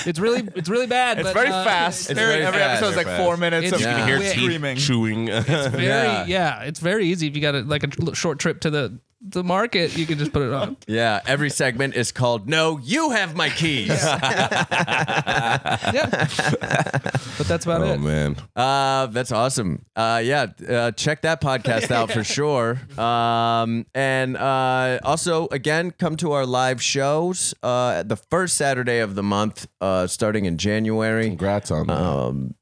[SPEAKER 5] It's really, it's really bad.
[SPEAKER 4] It's
[SPEAKER 5] but,
[SPEAKER 4] very
[SPEAKER 5] uh,
[SPEAKER 2] It's
[SPEAKER 4] fast. Every-
[SPEAKER 2] very
[SPEAKER 4] every
[SPEAKER 2] fast.
[SPEAKER 4] episode's like
[SPEAKER 2] Very
[SPEAKER 4] four
[SPEAKER 2] fast.
[SPEAKER 4] minutes
[SPEAKER 5] It's
[SPEAKER 4] of
[SPEAKER 5] Yeah.
[SPEAKER 4] you
[SPEAKER 5] quick.
[SPEAKER 4] hear screaming.
[SPEAKER 3] Chewing.
[SPEAKER 5] Very, yeah. it's very easy if you got a, like a tr- short trip to the the market. You can just put it on.
[SPEAKER 2] Yeah, every segment is called No, You Have My Keys.
[SPEAKER 5] yeah. But that's about
[SPEAKER 3] Oh
[SPEAKER 5] it.
[SPEAKER 3] man.
[SPEAKER 2] Uh, that's awesome. Uh, yeah, uh, check that podcast out for sure. Um, and uh, also, again, come to our live shows uh, the first Saturday of the month, uh, starting in January.
[SPEAKER 3] Congrats on that.
[SPEAKER 2] Um,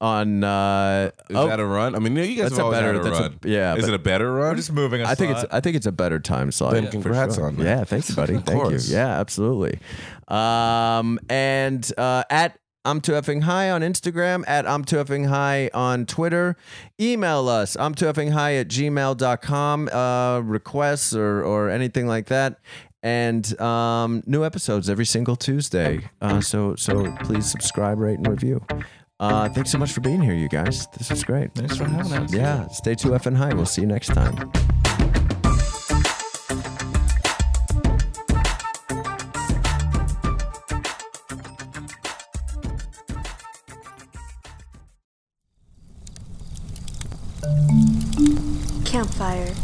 [SPEAKER 2] on uh,
[SPEAKER 3] Is
[SPEAKER 2] oh,
[SPEAKER 3] that a run? I mean, you guys
[SPEAKER 2] That's
[SPEAKER 3] have
[SPEAKER 2] a
[SPEAKER 3] always
[SPEAKER 2] better-
[SPEAKER 3] had a
[SPEAKER 2] that's a-
[SPEAKER 3] run.
[SPEAKER 2] yeah,
[SPEAKER 3] Is
[SPEAKER 2] but-
[SPEAKER 3] it a better run?
[SPEAKER 4] We're just moving.
[SPEAKER 2] I think it's I think it's a better time slot.
[SPEAKER 3] Then
[SPEAKER 2] for
[SPEAKER 3] congrats on that.
[SPEAKER 2] Yeah, thanks, buddy. Thank you.
[SPEAKER 3] course.
[SPEAKER 2] Yeah, absolutely. Um, and uh, at I'm too effing high on Instagram, at I'm too effing high on Twitter. Email us, I'm too effing high at gmail.com, uh, requests or, or anything like that. And um, new episodes every single Tuesday. Uh, so so please subscribe, rate, and review. Uh, thanks so much for being here, you guys. This is great.
[SPEAKER 5] Thanks for having us.
[SPEAKER 2] Yeah, stay too effing high. We'll see you next time.
[SPEAKER 11] Campfire.